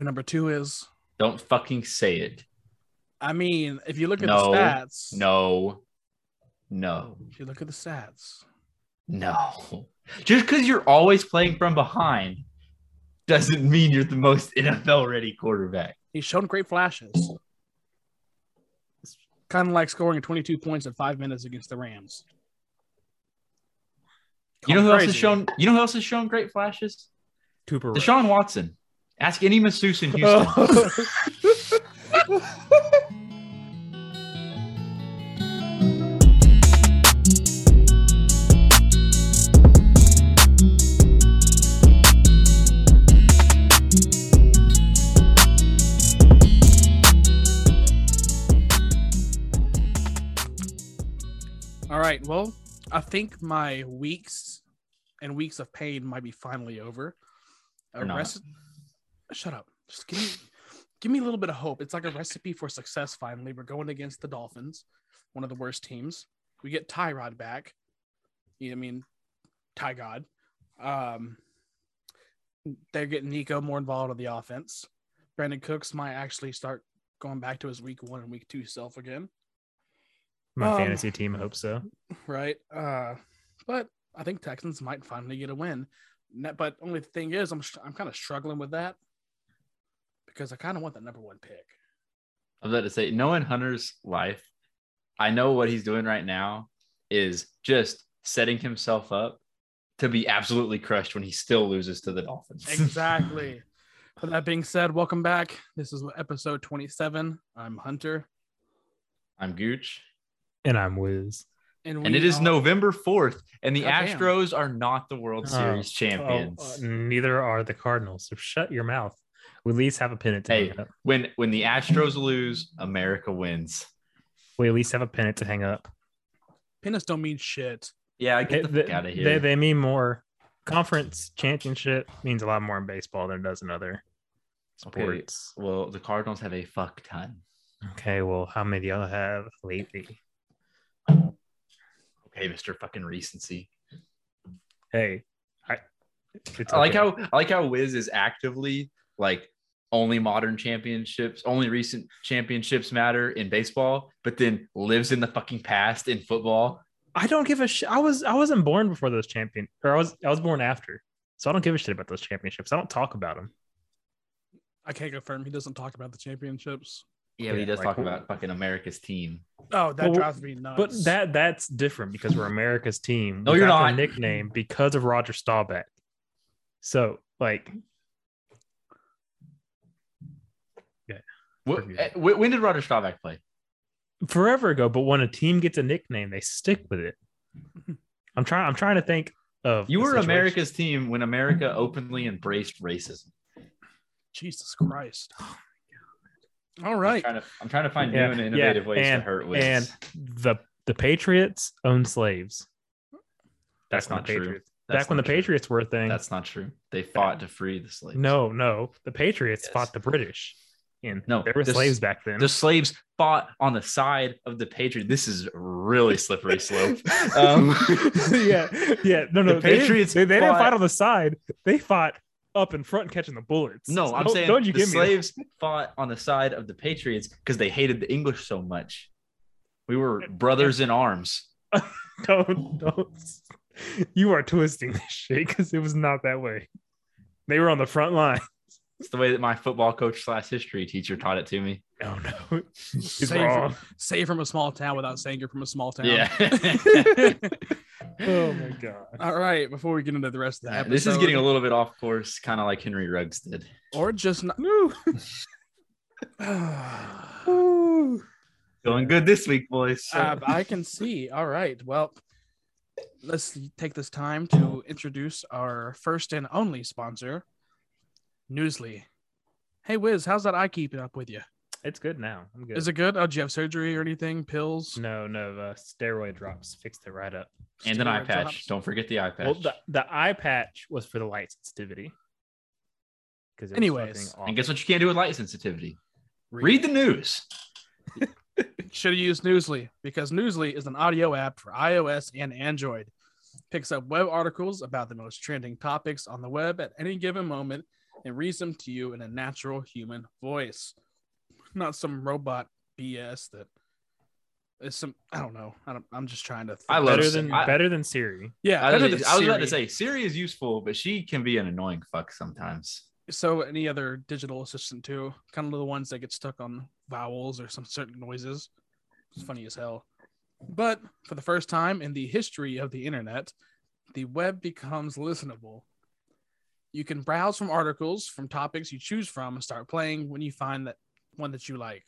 And number two is, Don't fucking say it. I mean, if you look at No. the stats, No. No. if you look at the stats, No. Just because you're always playing from behind doesn't mean you're the most NFL ready quarterback. he's shown great flashes. Kind of like scoring 22 points in five minutes against the Rams. You know Call who me else has crazy. shown you know who else has shown great flashes? Cooper. Rush. Deshaun Watson. Ask any masseuse in Oh. Houston. All right. Well, I think my weeks and weeks of pain might be finally over. They're not. reci- Shut up. Just give me give me a little bit of hope. It's like a recipe for success finally. We're going against the Dolphins, one of the worst teams. We get Tyrod back. You know, I mean Ty God. Um they're getting Nico more involved in the offense. Brandon Cooks might actually start going back to his week one and week two self again My Um, fantasy team hopes so. right? Uh, but I think Texans might finally get a win. Ne- But only thing is, I'm str- I'm kind of struggling with that because I kind of want the number one pick. I'm about to say, knowing Hunter's life, I know what he's doing right now is just setting himself up to be absolutely crushed when he still loses to the Dolphins. Exactly. With that being said, welcome back. This is episode 27. I'm Hunter, I'm Gooch. And I'm Wiz. and, And it is are- November 4th, and the Goddamn. Astros are not the World Oh, Series Oh, champions. uh, neither are the Cardinals. So shut your mouth. We at least have a pennant to Hey. hang up. When when the Astros lose, America wins. We at least have a pennant to hang up. Penis don't mean shit. Yeah, get the They- fuck out of they- here. They, they mean more. Conference championship means a lot more in baseball than it does in other Okay. sports. well, the Cardinals have a fuck ton. Okay, well, how many do y'all have lately? Okay, Mr. Fucking Recency. Hey, I, it's I like okay. how I like how Wiz is actively like only modern championships, only recent championships matter in baseball, but then lives in the fucking past in football. I don't give a shit. I was I wasn't born before those champion, or I was I was born after, so I don't give a shit about those championships. I don't talk about them. I can't confirm he doesn't talk about the championships. Yeah, but he Yeah, does like- talk about fucking America's team. Oh, that Well, drives me nuts. But that that's different because we're America's team. No, We you're got the not. nickname because of Roger Staubach. So like What, Review. eh, wh- when did Roger Staubach play? forever ago, but when a team gets a nickname, they stick with it. I'm trying. I'm trying to think of You the were situation. America's team when America openly embraced racism. Jesus Christ. Oh All I'm right. trying to, I'm trying to find Yeah, new and yeah, innovative ways and- to hurt Wiz. and the the Patriots own slaves. That's Back when not the true. Patriots- That's Back when the not true. Patriots were a thing. That's not true. They fought to free the slaves. No, no. The Patriots Yes. fought the British. And No, there were this- slaves back then. The slaves fought on the side of the Patriots. This is really slippery slope. Um, yeah. Yeah. No, The no. they didn't- Patriots They, they didn't fought- fight on the side. They fought up in front catching the bullets. No, I'm Don't- saying don't you the give me that. slaves fought on the side of the Patriots because they hated the English so much. We were brothers in arms. don't don't you are twisting this shit because it was not that way they were on the front line It's the way that my football coach slash history teacher taught it to me. oh no he's Say you're wrong from, say you're from a small town without saying you're from a small town. Yeah. oh my god All right, before we get into the rest of the episode, this is getting a little bit off course, kind of like Henry Ruggs did. or just not. Uh, Woo. Going good this week, boys. I can see. All right, well, let's take this time to introduce our first and only sponsor, Newsly. Hey Wiz, how's that eye keeping up with you? it's good now i'm good Is it good? Oh, do you have surgery or anything? Pills? no no uh, steroid drops fixed it right up and an eye steroid patch. drops? Don't forget the eye patch. well the, the eye patch was for the light sensitivity because Anyways. and guess what you can't do with light sensitivity? Read the news. Should have used Newsly because Newsly is an audio app for iOS and Android. Picks up web articles about the most trending topics on the web at any given moment and reads them to you in a natural human voice, not some robot BS that is some. I don't know. I don't, I'm just trying to. Think. I love better Siri. than I- better than Siri. Yeah, I, better was- than I was about to Siri. say Siri is useful, but she can be an annoying fuck sometimes. So any other digital assistant too, kind of the ones that get stuck on vowels or some certain noises. It's funny as hell. But for the first time in the history of the internet, the web becomes listenable. You can browse from articles, from topics you choose from, and start playing when you find that one that you like.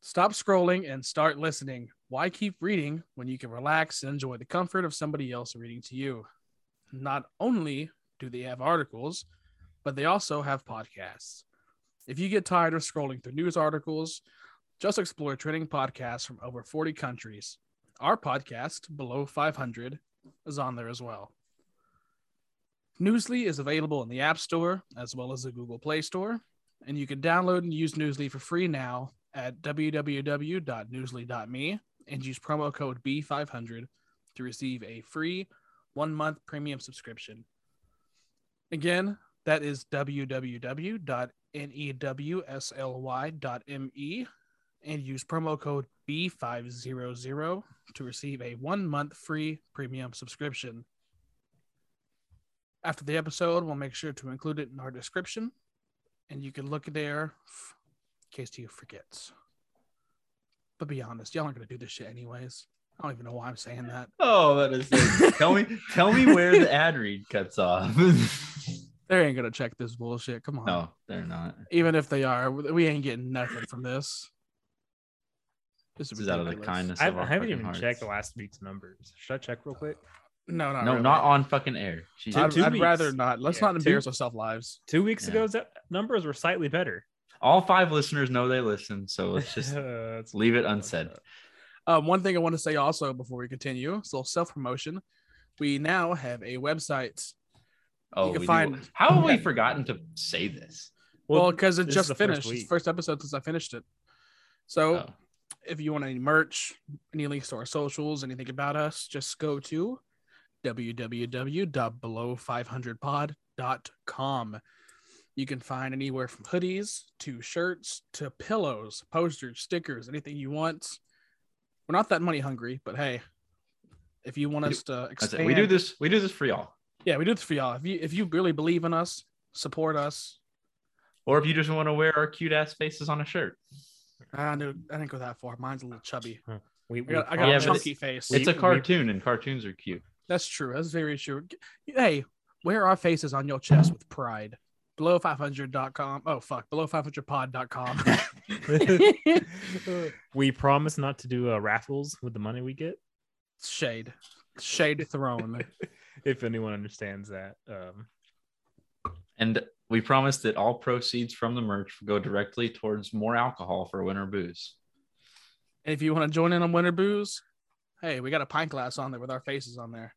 Stop scrolling and start listening. Why keep reading when you can relax and enjoy the comfort of somebody else reading to you? Not only do they have articles, but they also have podcasts. If you get tired of scrolling through news articles, just explore trending podcasts from over 40 countries. Our podcast, Below 500, is on there as well. Newsly is available in the App Store as well as the Google Play Store, and you can download and use Newsly for free now at www.newsly.me and use promo code B500 to receive a free one month premium subscription. Again, that is E www.newsly.me E and use promo code B500 to receive a one month free premium subscription. After the episode, we'll make sure to include it in our description and you can look there f- in case you forget. But be honest, y'all aren't going to do this shit anyways. I don't even know why I'm saying that. Oh, that is. tell me, tell me where the ad read cuts off. They ain't going to check this bullshit. Come on. no, they're not. even if they are, we ain't getting nothing from this. This This is out of the ridiculous. kindness. I, of our I haven't fucking even hearts. checked last week's numbers. Should I check real quick? No, not No, really. not on fucking air. Jesus. I'd, Two- two I'd weeks. rather not. Let's Yeah, not two- embarrass ourselves lives. Two weeks Yeah. ago's ago, numbers were slightly better. All five listeners know they listen, so let's just That's- leave it unsaid. Um, one thing I want to say also before we continue, it's a little self promotion. We now have a website. Oh, can we do- find- how have we Yeah. forgotten to say this? Well, because it this is just the first finished. it's week. the first episode since I finished it. So Oh, if you want any merch, any links to our socials, anything about us, just go to www.below500pod.com. You can find anywhere from hoodies to shirts to pillows, posters, stickers, anything you want. We're not that money hungry, but hey, if you want We us to that's expand, it. We do this. We do this for y'all. Yeah, we do this for y'all. If you if you really believe in us, support us. Or if you just want to wear our cute ass faces on a shirt, I, knew, I didn't go that far. Mine's a little chubby. we, I got, I we got Yeah, a but chunky face. it's a we- cartoon, and cartoons are cute. That's true. That's very true. G- Hey, wear our faces on your chest with pride. Below500.com. Oh, fuck. Below500pod.com. we promise not to do uh, raffles with the money we get. Shade. Shade thrown. If anyone understands that, um, And we promise that all proceeds from the merch go directly towards more alcohol for winter booze. And if you want to join in on Winter Booze, hey, we got a pint glass on there with our faces on there.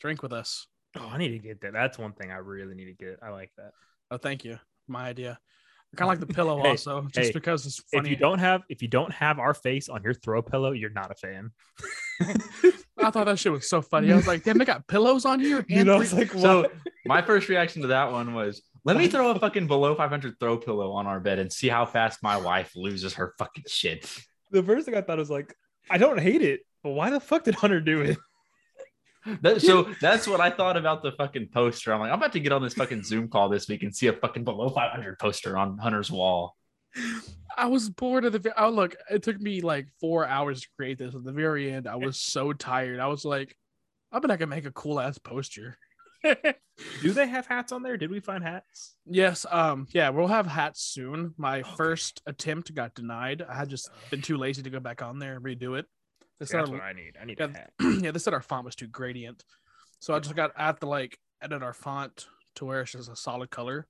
Drink with us. oh, I need to get that. That's one thing I really need to get. I like that. Oh, thank you. My idea. I kind of like the pillow Hey, also, just hey, because it's funny. If you don't have, if you don't have our face on your throw pillow, you're not a fan. I thought that shit was so funny. I was like, damn, they got pillows on here. And three- like, So my first reaction to that one was, let me throw a fucking below 500 throw pillow on our bed and see how fast my wife loses her fucking shit. the first thing I thought was like, I don't hate it, but why the fuck did Hunter do it? That, so that's what I thought about the fucking poster. I'm like, I'm about to get on this fucking Zoom call this week and see a fucking below 500 poster on Hunter's wall. I was bored of the. vi- Oh, look, it took me like four hours to create this. At the very end, I was so tired. I was like, I bet I can make a cool ass poster. Do they have hats on there? Did we find hats? yes, um, yeah, we'll have hats soon. My first attempt got denied. I had just been too lazy to go back on there and redo it. They said That's our, what I need. I need yeah, a hat. yeah, they said our font was too gradient, so I just got I have to like edit our font to where it's just a solid color,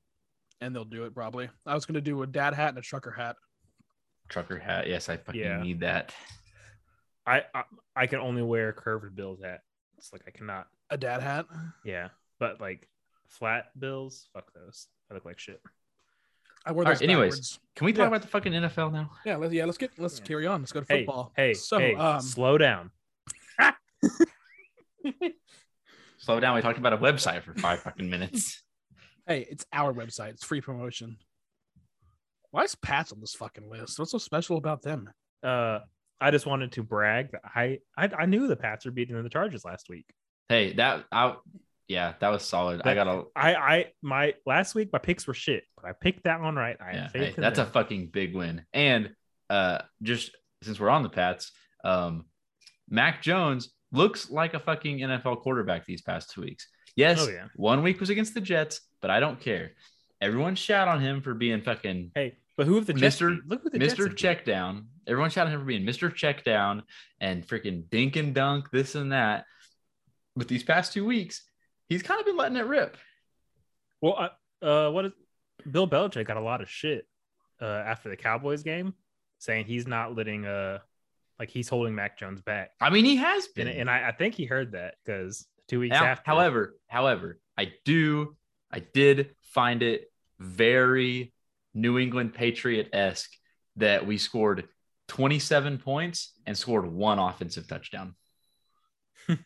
and they'll do it probably. I was gonna do a dad hat and a trucker hat. Trucker hat. Yes, I fucking Yeah. need that. I, I I can only wear curved bills hat. It's like I cannot. A dad hat. Yeah, but like flat bills, fuck those. I look like shit. I wore All right, those anyways. backwards. Can we talk Yeah. about the fucking NFL now? Yeah, let's yeah, let's get let's Yeah. carry on. Let's go to Hey, football. hey, so hey, um, slow down. Slow down. We talked about a website for five fucking minutes. Hey, it's our website. It's free promotion. Why is Pat's on this fucking list? What's so special about them? Uh, I just wanted to brag that I, I I knew the Pats were beating the Chargers last week. Hey, that I yeah, that was solid. I That- got a I I my last week my picks were shit, but I picked that one right. I yeah, had faith hey, in that's a them. fucking big win. And uh just since we're on the Pats, um Mac Jones looks like a fucking NFL quarterback these past two weeks. Yes, Oh, yeah. one week was against the Jets, but I don't care. Everyone shout on him for being fucking hey. But who of the Jets? Mr. beat? Look who the Jets Mr. have Checkdown. Everyone shouted him for being Mr. Checkdown and freaking dink and dunk, this and that. But these past two weeks, he's kind of been letting it rip. beat. Well, I, uh, what is Bill Belichick got a lot of shit uh, after the Cowboys game, saying he's not letting uh like he's holding Mac Jones back, I mean, he has been. and and I, I think he heard that because two weeks Now, after. however, however, I do, I did find it very New England Patriot esque that we scored 27 points and scored one offensive touchdown. that's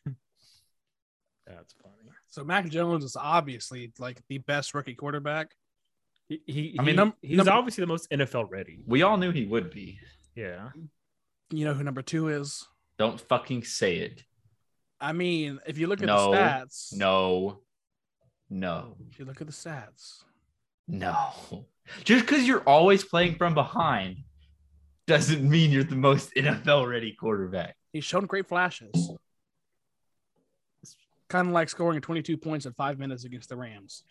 funny. So Mac Jones is obviously like the best rookie quarterback. He, he I mean, he- num- he's number- obviously the most NFL ready. We all knew he would be. Yeah. You know who number two is? Don't fucking say it. I mean, if you look at No. the stats, No, no, If you look at the stats, no. Just because you're always playing from behind doesn't mean you're the most NFL ready quarterback. he's shown great flashes. Kind of like scoring 22 points in five minutes against the Rams.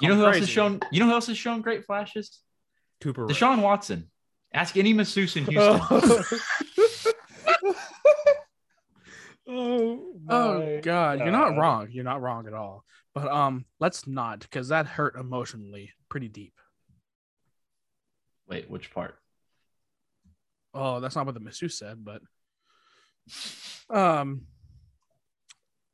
You know Call me who else has crazy. shown? You know who else has shown great flashes? Cooper. Rush. Deshaun Watson. Ask any masseuse in Houston. oh, Oh my God, you're not God. wrong. You're not wrong at all. But um, let's not because that hurt emotionally pretty deep. Wait, which part? Oh, that's not what the masseuse said, but um,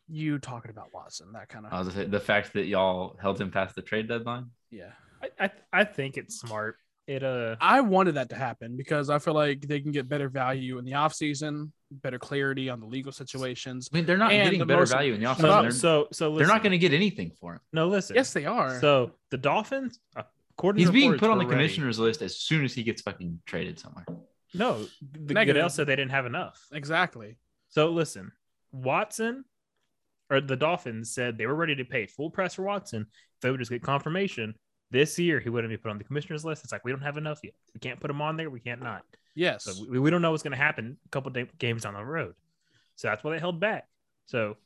you talking about Watson? That kind of I Uh, was gonna say, the fact that y'all held him past the trade deadline. yeah. I, I I think it's smart. It uh I wanted that to happen because I feel like they can get better value in the offseason, better clarity on the legal situations. I mean, they're not And getting the better most- value in the offseason. up. They're, so so so listen, they're not going to get anything for him. no listen. Yes, they are. So the Dolphins, according He's to being reports, put on were the ready. commissioner's list as soon as he gets fucking traded somewhere. No, the Negative. Goodell said they didn't have enough. exactly. So listen, Watson or the Dolphins said they were ready to pay full price for Watson. If they would just get confirmation this year, he wouldn't be put on the commissioner's list. It's like we don't have enough yet. We can't put him on there. We can't not. Yes. So we, we don't know what's going to happen a couple da- games down the road. So that's why they held back. So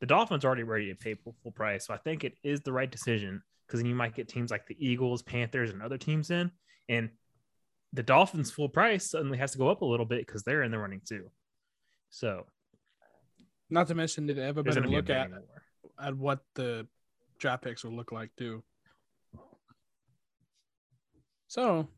the Dolphins are already ready to pay full full price. So I think it is the right decision because then you might get teams like the Eagles, Panthers, and other teams in. And the Dolphins' full price suddenly has to go up a little bit because they're in the running too. So Not to mention, did they have a there's better going to be a look at, bidding war. at what the draft picks will look like, too? So,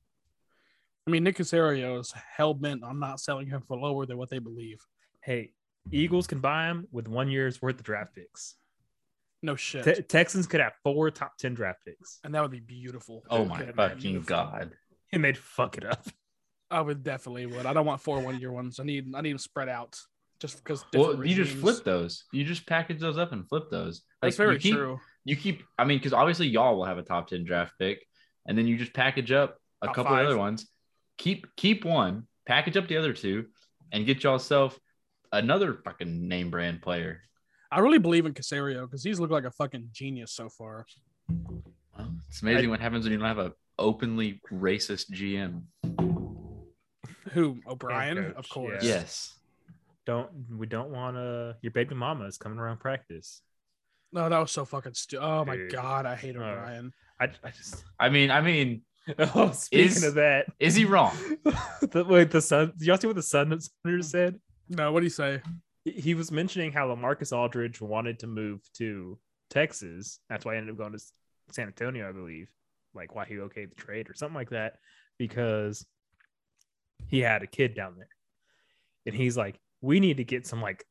I mean, Nick Casario is hell bent on not selling him for lower than what they believe. Hey, Eagles can buy him with one year's worth of draft picks. No shit. Te- Texans could have four top 10 draft picks and that would be beautiful. Oh my Yeah, fucking beautiful. god! and they'd fuck it up. I would definitely would. I don't want four one year ones. I need I need them spread out just because. Well, different you just regimes- flip those. You just package those up and flip those. That's Like, you very keep- true. you keep i mean because obviously y'all will have a top 10 draft pick and then you just package up a Top couple five. other ones keep keep one package up the other two and get yourself another fucking name brand player I really believe in Casario because he's looked like a fucking genius so far. well, Um, it's amazing what happens when you don't have a openly racist gm Who O'Brien, coach, of course. Yes. yeah. yes Don't we don't want to your baby mama is coming around practice. No, that was so fucking stupid. Oh my Dude. god, I hate Oh. O'Brien. I, I just i mean i mean oh speaking Is- of that, is he wrong the, wait the sun. Did y'all see what the Sun Sunder said? No, what do you say? He- He was mentioning how Lamarcus Aldridge wanted to move to Texas. That's why he ended up going to S- San Antonio, I believe. Like why he okayed the trade or something like that because he had a kid down there, and he's like, we need to get some like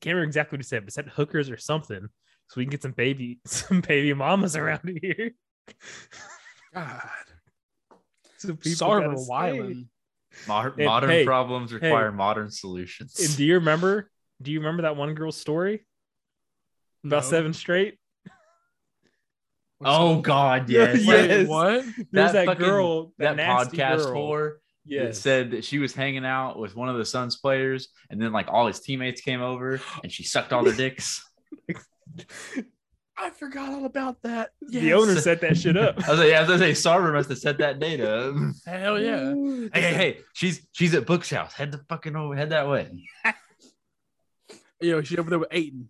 can't remember exactly what he said, but said hookers or something. So we can get some baby, some baby mamas around here. God, So people gotta Sarver stay. Weiland. Mod- Hey, modern hey, problems require modern solutions And do you remember? Do you remember that one girl's story about No. seven straight? Oh God, Wait, yes. yes. what? There's that, That fucking- girl, That that, nasty podcast girl. whore that Yes. said that she was hanging out with one of the Suns players, and then like all his teammates came over and she sucked all their dicks. I forgot all about that. The owner Yes. set that shit up. I was like, yeah, I was gonna say Sarver must have set that date up. Hell Oh, yeah. hey, hey, hey, she's she's at Book's house. Head the fucking over, head that way. Yo, she's over there with Aiden.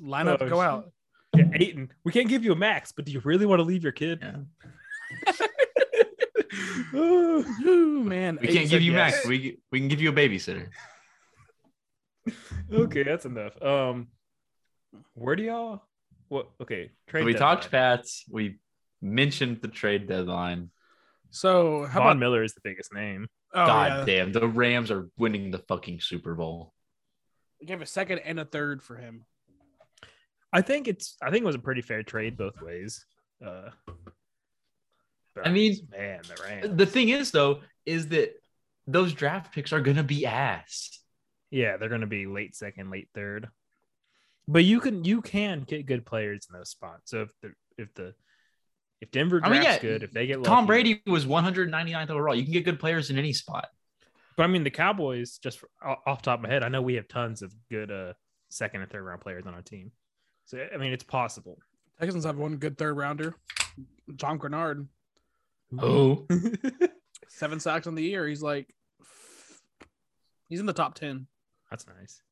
Line up, Oh, go shit. out. Yeah, Aiton, we can't give you a max, but do you really want to leave your kid? Yeah. Ooh, man. We Aiden's can't like, give you yes. Max. We we can give you a babysitter. okay, that's enough. Um, where do y'all? What? Okay, trade. we deadline. talked Pats. We mentioned the trade deadline. So how Von about Miller is the biggest name. oh, God yeah. damn, the Rams are winning the fucking Super Bowl. They Gave a second and a third for him. I think it's. I think it was a pretty fair trade both ways. Uh, but I mean, man, the Rams. The thing is, though, is that those draft picks are gonna be ass. Yeah, they're gonna be late second, late third. But you can you can get good players in those spots. So if the if the if Denver I drafts mean, yeah, good, if they get Tom lucky- Brady was 199th overall. You can get good players in any spot. But I mean, the Cowboys, just for, o- off the top of my head, I know we have tons of good uh, second and third round players on our team. So, I mean, it's possible. Texans have one good third rounder. John Grenard. Oh, Seven sacks on the year. He's like he's in the top ten. That's nice.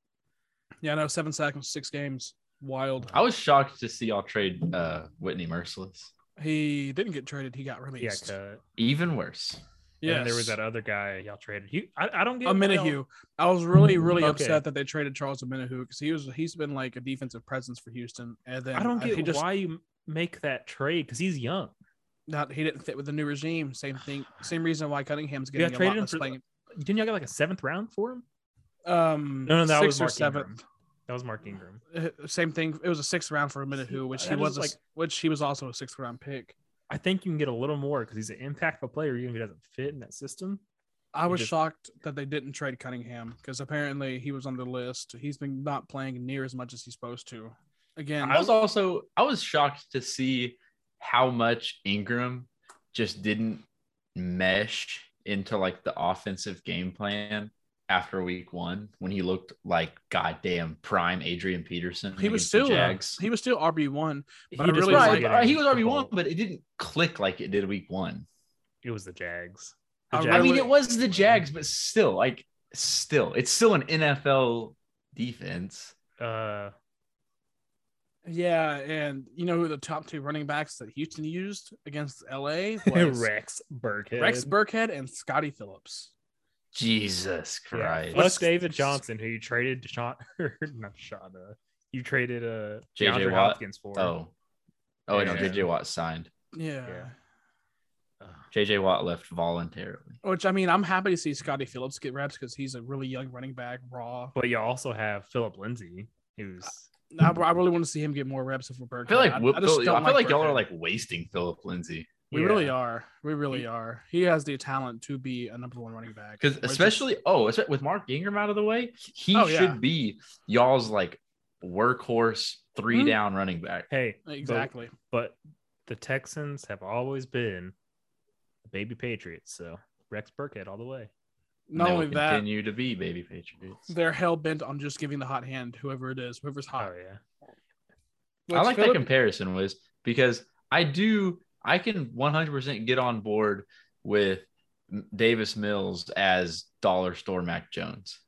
Yeah, no, seven sacks in six games. Wild. I was shocked to see y'all trade uh, Whitney Merciless. He didn't get traded. He got Yeah, released. cut. Even worse. Yeah. Yes. And there was that other guy y'all traded. You, I, I don't get A why y'all- Minahue. I was really, really Mm, Okay. upset that they traded Charles Minahue because he was he's been like a defensive presence for Houston, and then I don't he get just why you make that trade because he's young. not he didn't fit with the new regime. Same thing, same reason why Cunningham's Yeah, getting a traded lot him less for the- playing. Didn't y'all get like a seventh round for him? Um, No, no, that sixth was or Mark Ingram. seventh. That was Mark Ingram. Uh, Same thing. It was a sixth round for Minahue, which he I just, was like- like, which he was also a sixth round pick. I think you can get a little more because he's an impactful player, even if he doesn't fit in that system. I was just- shocked that they didn't trade Cunningham because apparently he was on the list. He's been not playing near as much as he's supposed to. Again, I was also I was shocked to see how much Ingram just didn't mesh into like the offensive game plan after week one when he looked like goddamn prime Adrian Peterson. he was against the still Jags. he was still RB one. But I just really wasn't right, like- getting right, he uh, was the RB one, ball. but it didn't click like it did week one. It was the Jags. I The really- I Jags- mean, it was the Jags, but still, like, still, it's still an NFL defense. uh, Yeah, and you know who the top two running backs that Houston used against LA was Rex Burkhead. Rex Burkhead and Scotty Phillips. Jesus Yeah. Christ, Plus Let's- David Johnson, who you traded Deshaun, not Deshaun, uh, you traded uh, J.J. DeAndre Watt. Hopkins for. Oh, oh, wait, no, Yeah. JJ Watt signed. Yeah. Yeah. Ugh. JJ Watt left voluntarily. Which I mean, I'm happy to see Scotty Phillips get reps because he's a really young running back, raw. But you also have Philip Lindsay, who's Uh, I, I really want to see him get more reps if we're Burkhead. I feel like Whoop- just Phil- I, don't feel like y'all Burkhead. are like wasting Philip Lindsay we Yeah. really are. We really He- are. He has the talent to be a number one running back. because We're just- especially oh, espe- with Mark Ingram out of the way, he Oh, should yeah. be y'all's like workhorse 3 Hmm. down running back. hey but- exactly. But, the Texans have always been the baby Patriots, so Rex Burkhead all the way. and Not they will only that, continue to be baby Patriots. they're hell bent on just giving the hot hand, whoever it is, whoever's Oh hot. yeah, I Which like that Phillip- comparison, Wiz, because I do I can 100% get on board with M- Davis Mills as dollar store Mac Jones.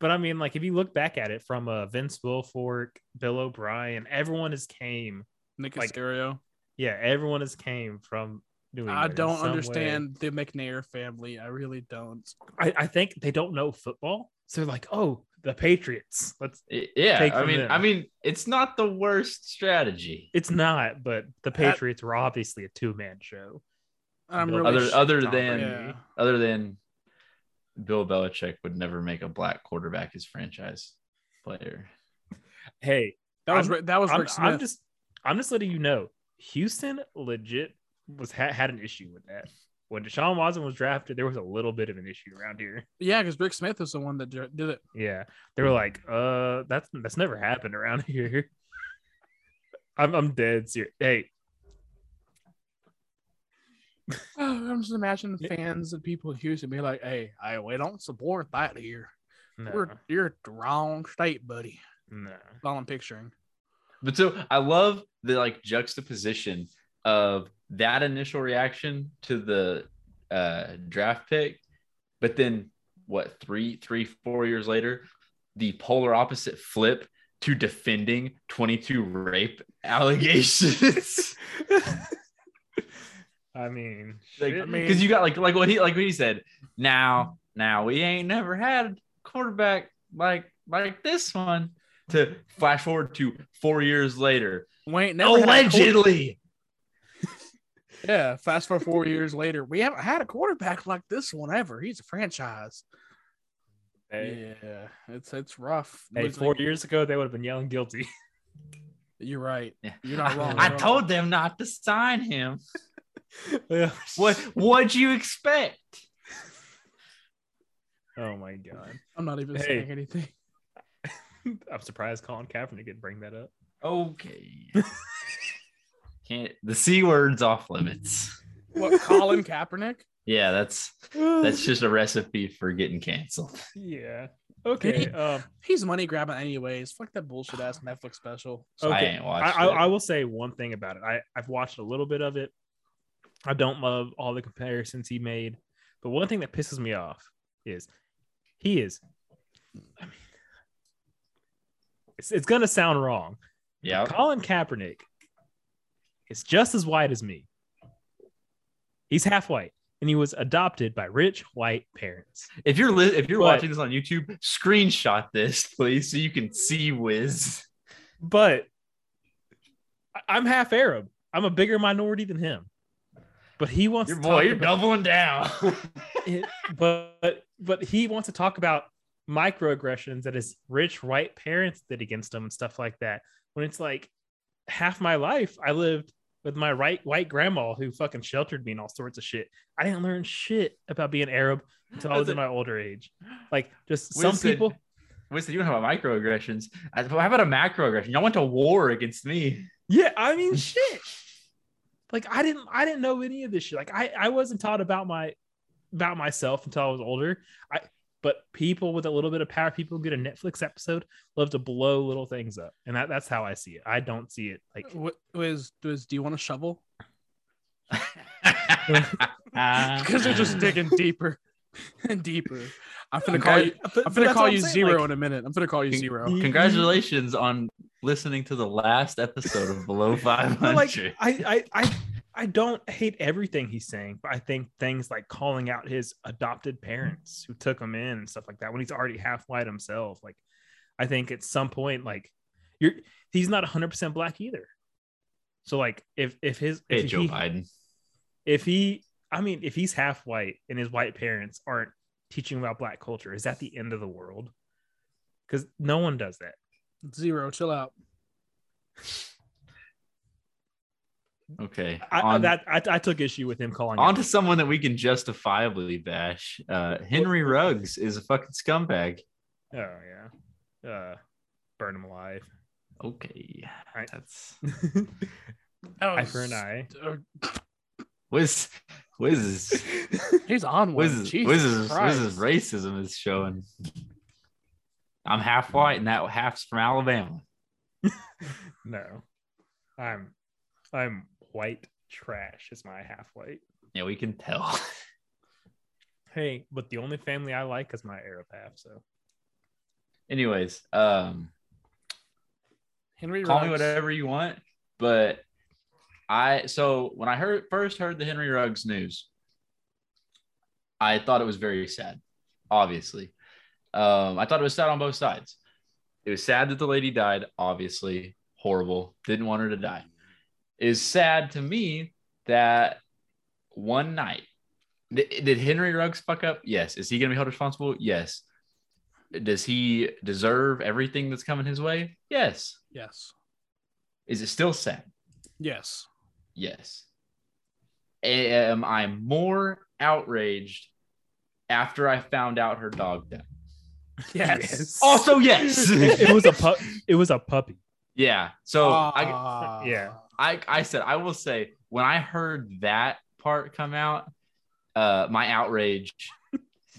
but I mean, like if you look back at it from uh, Vince Wilfork, Bill O'Brien, everyone has came. Nick like, Casario. Yeah, everyone has came from. New I England in don't some way. understand the McNair family. I really don't. I, I think they don't know football. So they're like, oh, the Patriots. Let's I- Yeah, Take I from mean, them. I mean, it's not the worst strategy. it's not, but the Patriots were obviously a two man show. I'm Bill- really other sh- other Tom than yeah. other than Bill Belichick would never make a black quarterback his franchise player. Hey, That was I'm- Ri- that was I'm, Rick I'm Smith. just I'm just letting you know, Houston legit was had, had an issue with that. When Deshaun Watson was drafted, there was a little bit of an issue around here. yeah, because Rick Smith is the one that dir- did it. Yeah. They were like, uh, that's that's never happened around here. I'm I'm dead serious. Hey, I'm just imagining Yeah. fans and people in Houston be like, "Hey, I we don't support that here. No, We're you're the wrong state, buddy." no. That's all I'm picturing. But so I love the like juxtaposition of that initial reaction to the uh, draft pick, but then what three, three, four years later, the polar opposite flip to defending 22 rape allegations. I mean, like, shit. I mean- because you got like like what he like what he said. Now, now we ain't never had quarterback like like this one. To flash forward to four years later, We ain't never had a quarter- allegedly. yeah. Fast forward four years later, we haven't had a quarterback like this one ever. He's a franchise. hey, Yeah, it's it's rough. hey, Losing- four years ago they would have been yelling guilty. You're right. Yeah. You're not wrong. I bro. told them not to sign him. Yeah. What what'd you expect? Oh my god! I'm not even Hey. saying anything. I'm surprised Colin Kaepernick could bring that up. Okay. Can't the C word's off limits. What Colin Kaepernick? Yeah, that's that's just a recipe for getting canceled. yeah. Okay. Um, He's money grabbing anyways. Fuck that bullshit ass Netflix special. So I Okay. ain't I, watched I, I it. will say one thing about it. I, I've watched a little bit of it. I don't love all the comparisons he made, but one thing that pisses me off is he is. I mean, it's, it's gonna sound wrong. Yeah. Colin Kaepernick is just as white as me. He's half white, and he was adopted by rich white parents. If you're li- if you're But- watching this on YouTube, screenshot this, please, so you can see Wiz. but I- I'm half Arab. I'm a bigger minority than him. But he wants Your to boy, talk you're about- doubling down. it- but but he wants to talk about microaggressions that his rich white parents did against him and stuff like that. When it's like half my life I lived with my right white grandma who fucking sheltered me and all sorts of shit. I didn't learn shit about being Arab until I was in my older age. Like just some Wiz said- people Wiz said, you don't have microaggressions. I- How about a macroaggression? Y'all went to war against me. Yeah, I mean shit. Like I didn't I didn't know any of this shit. Like I I wasn't taught about my about myself until I was older. I but people with a little bit of power, people who get a Netflix episode, love to blow little things up. And that, that's how I see it. I don't see it like What was was? Do you want a shovel? Because Because they're just digging deeper and deeper. I'm gonna Okay. call you. but- I'm but gonna that's call what I'm you saying, zero like, in a minute. I'm gonna call you Can- zero. you- Congratulations on listening to the last episode of Below but, 500. like I, I I I don't hate everything he's saying, but I think things like calling out his adopted parents who took him in and stuff like that when he's already half white himself. Like I think at some point, like you're he's not 100 percent black either. So like if if his hey, if Joe he, Biden. if he I mean if he's half white and his white parents aren't teaching about black culture, is that the end of the world? Because no one does that. Zero. Chill out. Okay. I, I- on, that I, I took issue with him calling. on out- to someone that we can justifiably bash. Uh, Henry Ruggs is a fucking scumbag. Oh yeah. Uh burn him alive. Okay. Right. That's Oh, Eye for an eye. uh, Wiz. Wiz is. He's on one. Wiz is, Jesus Wiz is, Wiz Christ. is racism is showing. I'm half white and that half's from Alabama. No. I'm I'm white trash is my half white. Yeah, we can tell. Hey, but the only family I like is my Arab half, so Anyways, um, Henry. call me Ruggs. whatever you want, but I so when I heard first heard the Henry Ruggs news, I thought it was very sad. Obviously, um, I thought it was sad on both sides. It was sad that the lady died. Obviously, horrible. Didn't want her to die. It is sad to me that one night th- did Henry Ruggs fuck up? Yes. Is he going to be held responsible? Yes. Does he deserve everything that's coming his way? Yes. Yes. Is it still sad? Yes. Yes. Am I more outraged after I found out her dog died? Yes. Oh, Also, yes. it, it was a pup it was a puppy. yeah. So I, Ah. yeah. I, I said, I will say, when I heard that part come out, uh, my outrage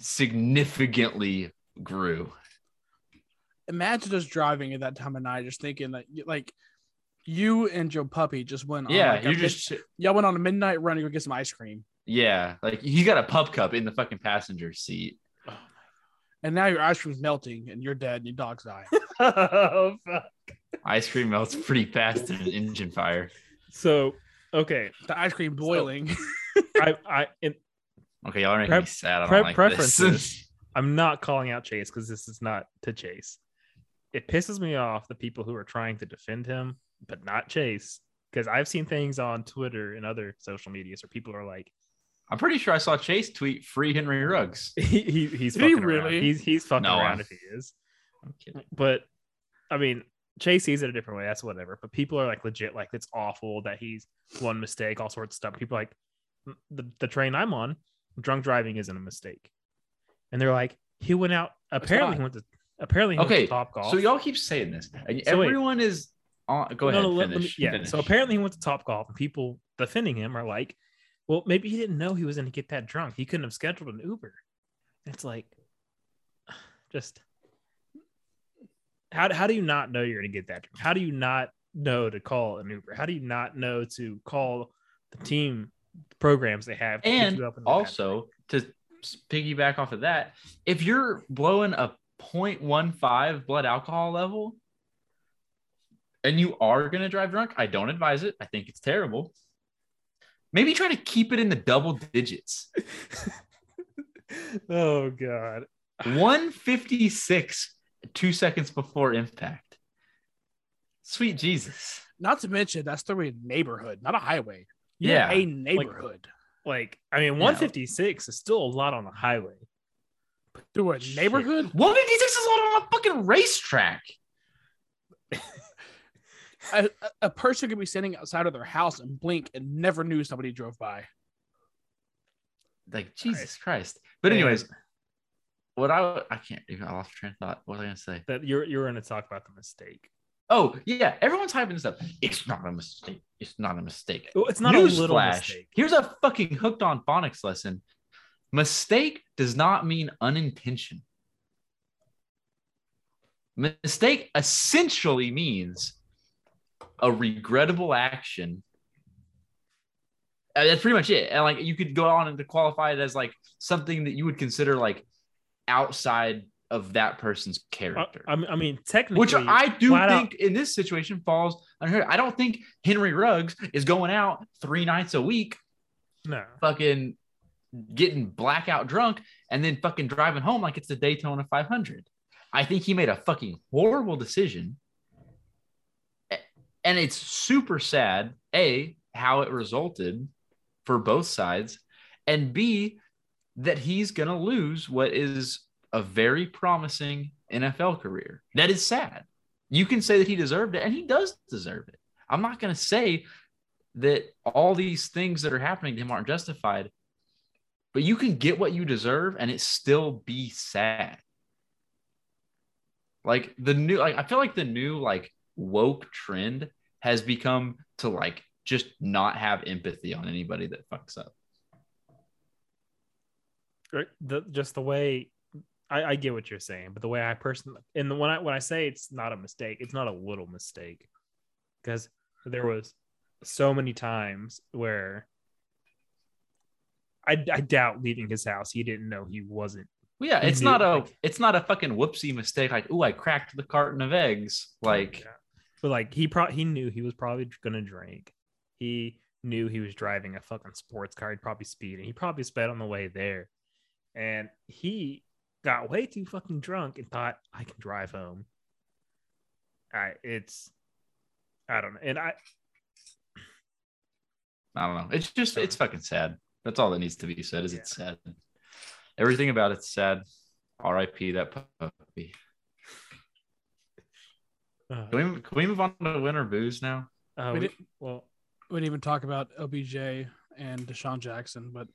significantly grew. Imagine us driving at that time of night, just thinking that like you and your puppy just went. on, yeah, like, a you mid- just y'all went on a midnight run to go get some ice cream, yeah, like you got a pup cup in the fucking passenger seat. and now your ice cream's melting, and you're dead, and your dog's dying. oh, fuck. Ice cream melts pretty fast in an engine fire. So, okay. the ice cream boiling. I, I, and Okay, y'all are making me Prep- sad. I don't prep like this. preferences. I'm not calling out Chase because this is not to Chase. It pisses me off the people who are trying to defend him, but not Chase. Because I've seen things on Twitter and other social medias where people are like, I'm pretty sure I saw Chase tweet free Henry Ruggs. he, he, he's Did fucking he around. really? He's he's fucking No, around I'm- if he is. I'm kidding. But I mean, Chase sees it a different way. That's whatever. But people are like legit, like it's awful that he's one mistake, all sorts of stuff. People are like "M- the the train I'm on, drunk driving isn't a mistake, and they're like he went out. Apparently, not. he went to apparently he Okay, went to Top Golf. So y'all keep saying this, and So wait. everyone is on. Go No, ahead, no, let- let finish. me- yeah. finish. So apparently he went to Top Golf, and people defending him are like, "Well, maybe he didn't know he was going to get that drunk. He couldn't have scheduled an Uber." It's like, just how how do you not know you're going to get that drunk? How do you not know to call an Uber? How do you not know to call the team programs they have? To pick and you up in the back? also to s- piggyback off of that, if you're blowing a 0.15 blood alcohol level and you are going to drive drunk, I don't advise it. I think it's terrible. Maybe try to keep it in the double digits. oh god, 156 2 seconds before impact. Sweet Jesus. not to mention that's through a neighborhood, not a highway. You're Yeah. a neighborhood like I mean, one fifty six is still a lot on the highway. through a Shit. neighborhood. 156 is on a fucking racetrack. a, a- a person could be standing outside of their house and blink and never knew somebody drove by. Like Jesus Christ. But And- anyways, what I I can't even I lost train of thought. What was I gonna say? That you're you're going to talk about the mistake. Oh yeah, everyone's hyping this up. It's not a mistake. It's not a mistake. Well, It's not a little Newsflash. mistake. Here's a fucking hooked on phonics lesson. Mistake does not mean unintention. Mistake essentially means a regrettable action. Uh, That's pretty much it. And like you could go on and to qualify it as like something that you would consider like outside of that person's I, character Uh, I mean- I mean, technically, which I do think flat out- in this situation falls unheard. I don't think Henry Ruggs is going out three nights a week, no. fucking getting blackout drunk, and then fucking driving home like it's the Daytona 500. I think he made a fucking horrible decision, A- and it's super sad. A how it resulted for both sides, and B that he's gonna lose what is a very promising NFL career. That is sad. You can say that he deserved it, and he does deserve it. I'm not going to say that all these things that are happening to him aren't justified, but you can get what you deserve and it still be sad. Like the new, like I feel like the new like woke trend has become to like just not have empathy on anybody that fucks up. Right, The, just the way I, I get what you're saying, but the way I personally and the, when I when I say it's not a mistake, it's not a little mistake, because there was so many times where I, I doubt leaving his house, he didn't know he wasn't. Well, yeah, He it's knew, not a like- it's not a fucking whoopsie mistake. Like, oh, I cracked the carton of eggs. Like, but like he pro he knew he was probably gonna drink. He knew he was driving a fucking sports car. He'd probably speeding. He probably sped on the way there, and he got way too fucking drunk and thought I can drive home. I it's I don't know, and I I don't know. It's just it's fucking sad. That's all that needs to be said. Is it's sad. Everything about it's sad. R.I.P. That puppy. uh, Can we can we move on to winter booze now? uh, we we- did- well We didn't even talk about OBJ and Deshaun Jackson, but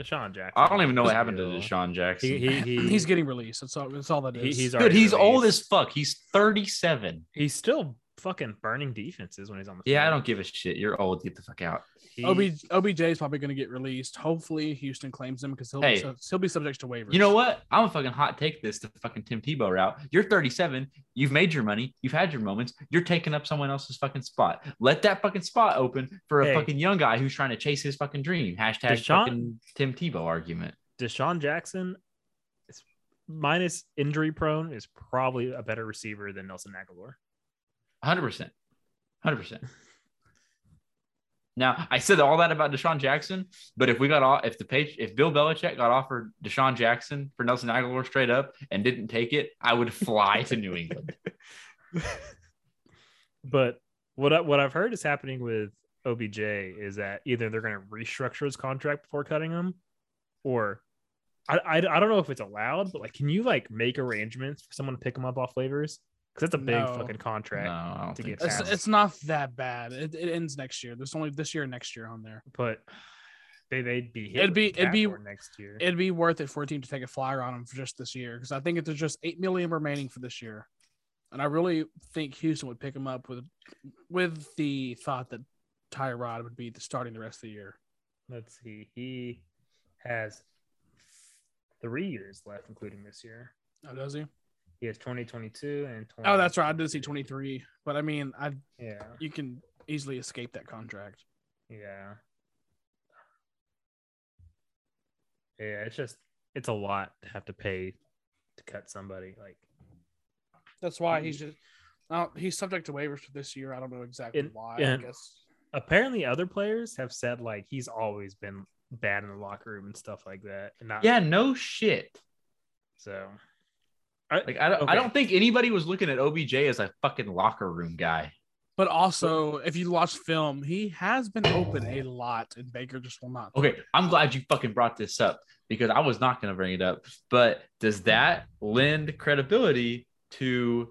Deshaun Jackson. I don't even know what happened to Still. Deshaun Jackson. He, he, he he's getting released. That's all. That's all that he- is. he's Dude, already he's old released. as fuck. He's 37. He's still fucking burning defenses when he's on the Yeah, I field. don't give a shit. You're old. Get the fuck out. He- OB, OBJ is probably going to get released. Hopefully, Houston claims him because he'll Hey. be sub- he'll be subject to waivers. You know what? I'm a fucking hot take this the fucking Tim Tebow route. You're 37. You've made your money. You've had your moments. You're taking up someone else's fucking spot. Let that fucking spot open for a Hey. fucking young guy who's trying to chase his fucking dream. Hashtag Deshaun- fucking Tim Tebow argument. Deshaun Jackson is minus injury prone is probably a better receiver than Nelson Aguilar. 100%. 100%. Now I said all that about Deshaun Jackson, but if we got off, if the page, if Bill Belichick got offered Deshaun Jackson for Nelson Aguilar straight up and didn't take it, I would fly to New England. But what I, what I've heard is happening with OBJ is that either they're going to restructure his contract before cutting him, or I, I I don't know if it's allowed, but like, can you like make arrangements for someone to pick him up off waivers? Because that's a big No. fucking No, contract. I don't to think get It's, so. past. it's not that bad. It, it ends next year. There's only this year and next year on there. But they they'd be hit It'd with be- the it'd cap be- for next year. It'd be worth it for a team to take a flyer on him for just this year because I think if there's just eight million remaining for this year, and I really think Houston would pick him up with with the thought that Tyrod would be the starting the rest of the year. Let's see. He has three years left, including this year. Oh, does he? He has 2022 and 20. Oh, that's right. I did see 23, but I mean, I Yeah. you can easily escape that contract. Yeah. Yeah, it's just it's a lot to have to pay to cut somebody. Like That's why Mm. he's just uh, he's subject to waivers for this year. I don't know exactly And- why. I and- guess apparently other players have said like he's always been bad in the locker room and stuff like that. And not Yeah, no shit. so Like I don't, Okay. I don't think anybody was looking at OBJ as a fucking locker room guy. But also, if you watch film, he has been open a lot, and Baker just will not. Okay, I'm glad you fucking brought this up because I was not gonna bring it up. But does that lend credibility to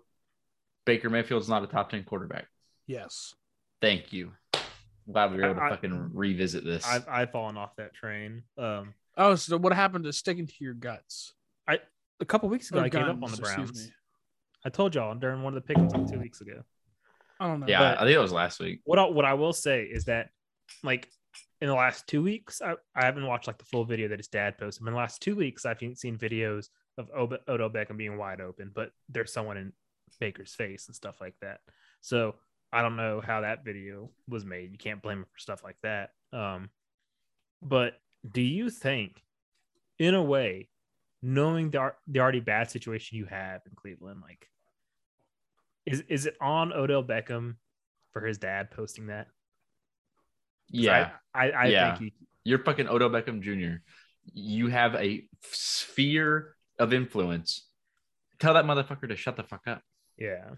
Baker Mayfield's not a top ten quarterback? Yes. Thank you. Glad we were able to I- I- fucking revisit this. I've I've fallen off that train. Um Oh, so what happened to sticking to your guts? a couple weeks ago Or I gave up guns, on the excuse Browns. me. I told y'all during one of the pickums like two weeks ago. I don't know. yeah, but- I think it was last week. what I, what I will say is that like in the last two weeks, I, I haven't watched like the full video that his dad posted. But in the last two weeks, I've seen- seen videos of Ob- Odo Beckham being wide open, but there's someone in Baker's face and stuff like that. So I don't know how that video was made. You can't blame him for stuff like that. Um, but do you think, in a way, knowing the ar- the already bad situation you have in Cleveland, like, is is it on Odell Beckham for his dad posting that? 'Cause Yeah, I I, I Yeah. think he, you're fucking Odo Beckham Jr. You have a sphere of influence. Tell that motherfucker to shut the fuck up. yeah.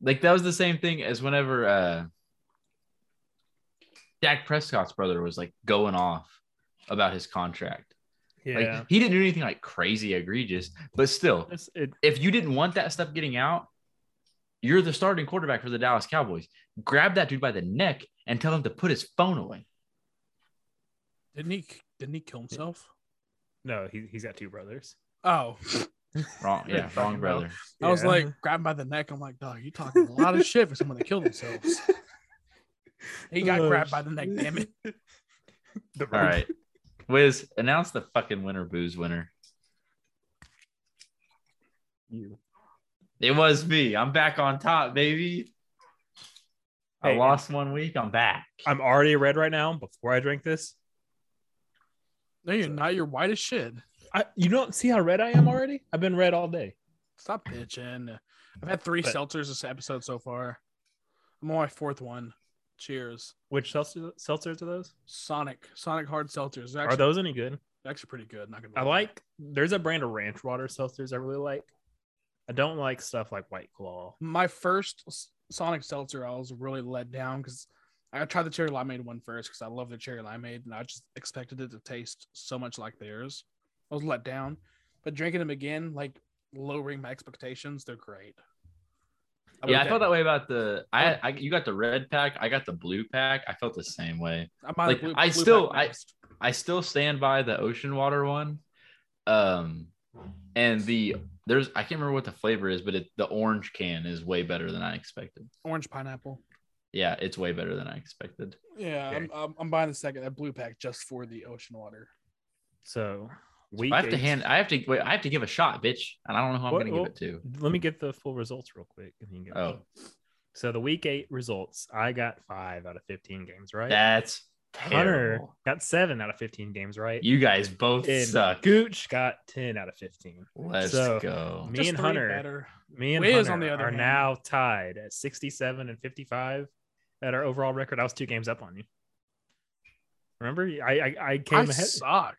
like that was the same thing as whenever uh Dak Prescott's brother was like going off about his contract. Yeah. Like he didn't do anything like crazy egregious, but still, It's- it- if you didn't want that stuff getting out, you're the starting quarterback for the Dallas Cowboys. Grab that dude by the neck and tell him to put his phone away. Didn't he? Didn't he kill himself? no, he, he's got two brothers. Oh, Wrong, yeah, wrong Fucking well. brother. I was Yeah. like grabbed by the neck. I'm like, dog, you talking a lot of shit for someone that killed themselves. He got Oh, grabbed by the neck. shit. Damn it. The All right. Wiz, announce the fucking winner booze winner. You. It was me. I'm back on top, baby. I Hey, lost one week. I'm back. I'm already red right now. Before I drink this, No, you're not. You're white as shit. I you don't see how red I am already. I've been red all day. Stop pitching. I've had three But- seltzers this episode so far. I'm on my fourth one. Cheers. Which seltzer, seltzers are those? Sonic. Sonic hard seltzers. They're Are actually, those any good? actually pretty good. Not gonna I lie. like. There's a brand of ranch water seltzers I really like. I don't like stuff like White Claw. my first s- Sonic seltzer. I was really let down because I tried the cherry limeade one first because I love the cherry limeade and I just expected it to taste so much like theirs. I was let down, but drinking them again, like lowering my expectations, they're great. would yeah, I de- felt that way about the. I, I you got the red pack. I got the blue pack. I felt the same way. I might like, blue- blue I pack still- I- next. I still stand by the ocean water one, um, and the There's I can't remember what the flavor is, but it, the orange can is way better than I expected. Orange pineapple. Yeah, it's way better than I expected. Yeah, Okay. I'm, I'm I'm buying the second that blue pack just for the ocean water. So I we have to hand. I have to wait. I have to give a shot, bitch, and I don't know who I'm What- going to give what- it to. Let me get the full results real quick. If you can get them. Oh. So the week eight results, I got five out of 15 games right. That's Hunter terrible. got seven out of 15 games right. You guys both and suck. Gooch got 10 out of 15. Let's So, go. Me Just and three Hunter better. Me and Wiz, Hunter on the other are hand. now tied at 67 and 55 at our overall record. I was two games up on you. Remember, I I, I came I ahead. suck.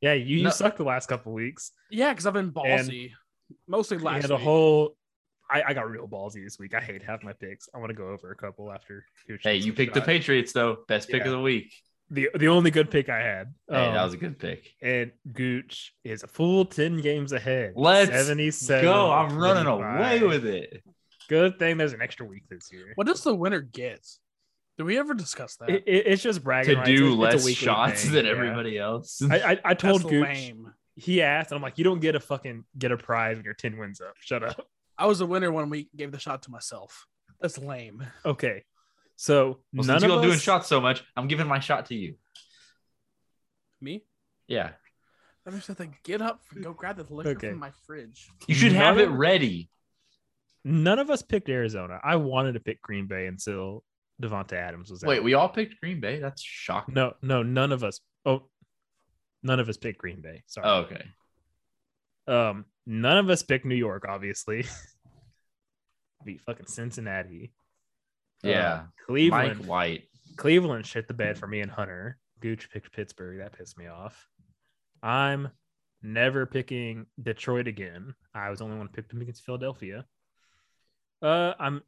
Yeah, you, you No. sucked the last couple weeks. Yeah, because I've been ballsy, mostly I last had a week. whole. I, I got real ballsy this week. I hate half my picks. I want to go over a couple after. Gooch Hey, takes you a picked the shot. Patriots though. Best pick Yeah. of the week. The the only good pick I had. Hey, that Um, was a good pick. and Gooch is a full ten games ahead. Let's seventy-seven. go. I'm running 25. away with it. Good thing there's an extra week this year. What does the winner get? Do we ever discuss that? It, it- it's just bragging. To rights. do It's- it's a less weekly shots thing, than yeah. everybody else. I, I, I That's told Gooch lame. he asked, and I'm like, you don't get a fucking get a prize when your ten wins up. Shut up. I was the winner one week. Gave the shot to myself. That's lame. Okay, so Well, none since of you all us doing shots so much, I'm giving my shot to you. Me? Yeah. Let me just have to get up and go grab the liquor Okay. from my fridge. You should have it None- ready. None of us picked Arizona. I wanted to pick Green Bay until Devonta Adams was out. Wait, we all picked Green Bay. That's shocking. no, no, none of us. Oh, none of us picked Green Bay. Sorry. Oh, okay. Um, none of us picked New York, obviously. Beat fucking Cincinnati. Yeah. Um, Cleveland. Mike White. Cleveland shit the bed for me and Hunter. Gooch picked Pittsburgh. That pissed me off. I'm never picking Detroit again. I was the only one who picked him against Philadelphia. Uh, I'm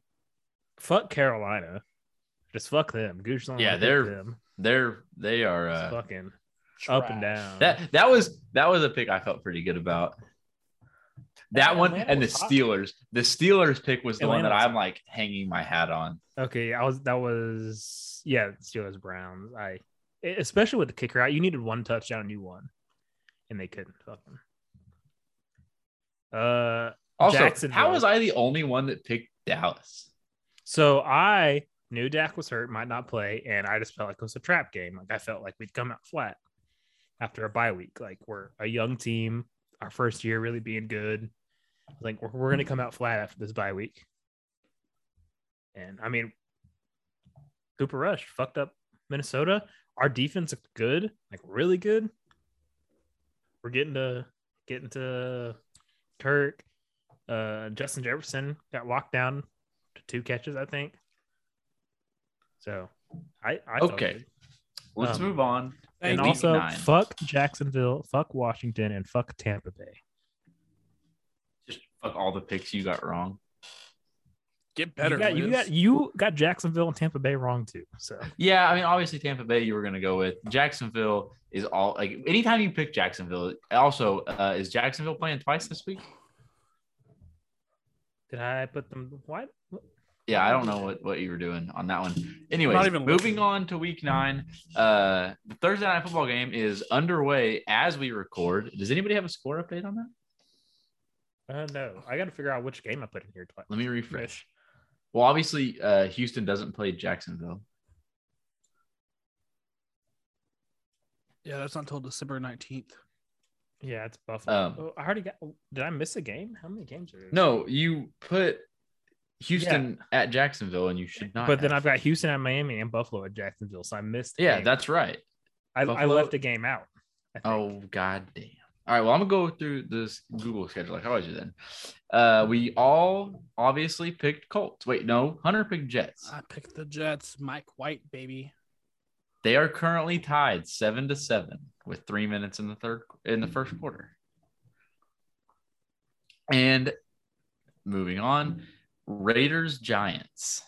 fuck Carolina. Just fuck them. Gooch. is the only Yeah, one who they're- picked them. They're they are It's uh, fucking up and Trash. down. that that was that was a pick I felt pretty good about. That Yeah, one Atlanta and the was hot. Steelers. The Steelers pick was the one Atlanta that was I'm hot. like hanging my hat on. Okay, I was that was yeah Steelers Browns. I e, especially with the kicker out, you needed one touchdown and you won, and they couldn't. Fucking. Uh, Also, how Jacksonville. was I the only one that picked Dallas? So I knew Dak was hurt, might not play, and I just felt like it was a trap game. Like I felt like we'd come out flat after a bye week. Like we're a young team, our first year really being good. Like we're, we're gonna come out flat after this bye week. And I mean, Cooper Rush fucked up Minnesota. Our defense looked good, like really good. We're getting to getting to Kirk. Uh, Justin Jefferson got locked down to two catches, I think. So, I, I felt Okay. good. Let's Um, move on. Thank and you. week also nine. fuck Jacksonville, fuck Washington, and fuck Tampa Bay. Just fuck all the picks you got wrong. get better. you got, you Liz. got you got Jacksonville and Tampa Bay wrong too. So Yeah, I mean, obviously Tampa Bay you were gonna go with. Jacksonville is all like anytime you pick Jacksonville. Also, uh, is Jacksonville playing twice this week? did I put them? What? yeah, I don't know what, what you were doing on that one. Not Anyways, even moving looking. on to week nine. Uh, the Thursday night football game is underway as we record. Does anybody have a score update on that? Uh, no, I got to figure out which game I put in here twice. Let me refresh. Well, obviously, uh, Houston doesn't play Jacksonville. Yeah, that's not until December nineteenth. Yeah, it's Buffalo. Um, oh, I already got. Did I miss a game? How many games are there? No, you put Houston at Jacksonville, and you should not. but then I've have. got Houston at Miami and Buffalo at Jacksonville, so I missed. a yeah, game. that's right. I, I Buffalo- left a game out. I think. Oh god damn. All right, well, I'm gonna go through this Google schedule like I always do then. Uh, we all obviously picked Colts. Wait, no, Hunter picked Jets. I picked the Jets. Mike White, baby. They are currently tied seven to seven with three minutes in the third in the first quarter. And moving on, Raiders Giants.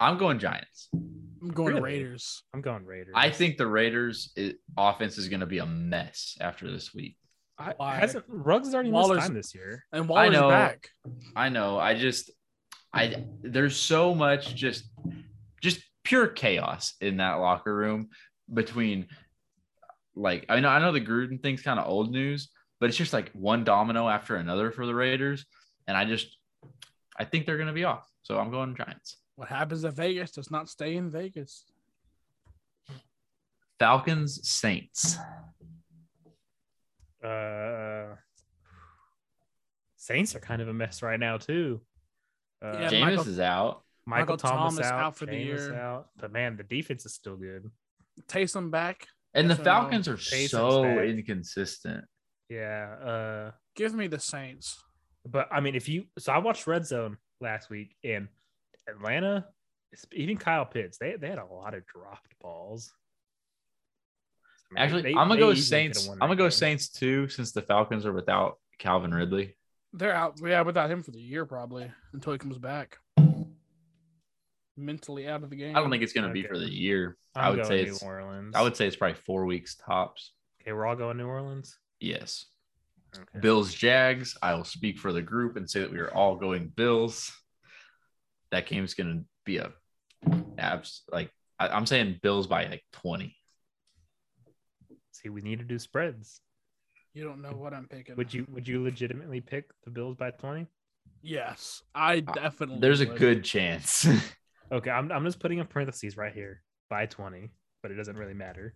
I'm going Giants. I'm going Really? Raiders. I'm going Raiders. I think the Raiders i- offense is going to be a mess after this week. I, Why? hasn't Ruggs has already Waller's- missed time this year. And Waller's know. back. I know. I just, I there's so much just, just pure chaos in that locker room between, like I know I know the Gruden thing's kind of old news, but it's just like one domino after another for the Raiders. And I just, I think they're going to be off. So I'm going Giants. What happens at Vegas does not stay in Vegas. Falcons, Saints. Uh, Saints are kind of a mess right now too. Uh, Yeah, Jameis Michael- is out. Michael, Michael Thomas, Thomas out, out for the Jameis year. out. but man, the defense is still good. Taysom back. And the So, Falcons are Jason's so back. inconsistent. Yeah. Uh, Give me the Saints. but I mean, if you so I watched Red Zone last week and Atlanta, even Kyle Pitts, they they had a lot of dropped balls. I mean, Actually, they- I'm they gonna go easily could've Saints. won I'm that gonna go game. Saints too, since the Falcons are without Calvin Ridley. They're out. Yeah, without him for the year probably until he comes back. Mentally out of the game. I don't think it's gonna be for Okay. the year. I'm I would going say New it's- Orleans. I would say it's probably four weeks tops. Okay, we're all going New Orleans. Yes. Okay. Bills Jags. I will speak for the group and say that we are all going Bills. That game's gonna be a abs like I, I'm saying Bills by like 20. See, we need to do spreads. you don't know what I'm picking. Would you would you legitimately pick the Bills by 20? Yes, I Oh, definitely. Uh, There's a would. good chance. Okay, I'm I'm just putting in parentheses right here by 20, but it doesn't really matter.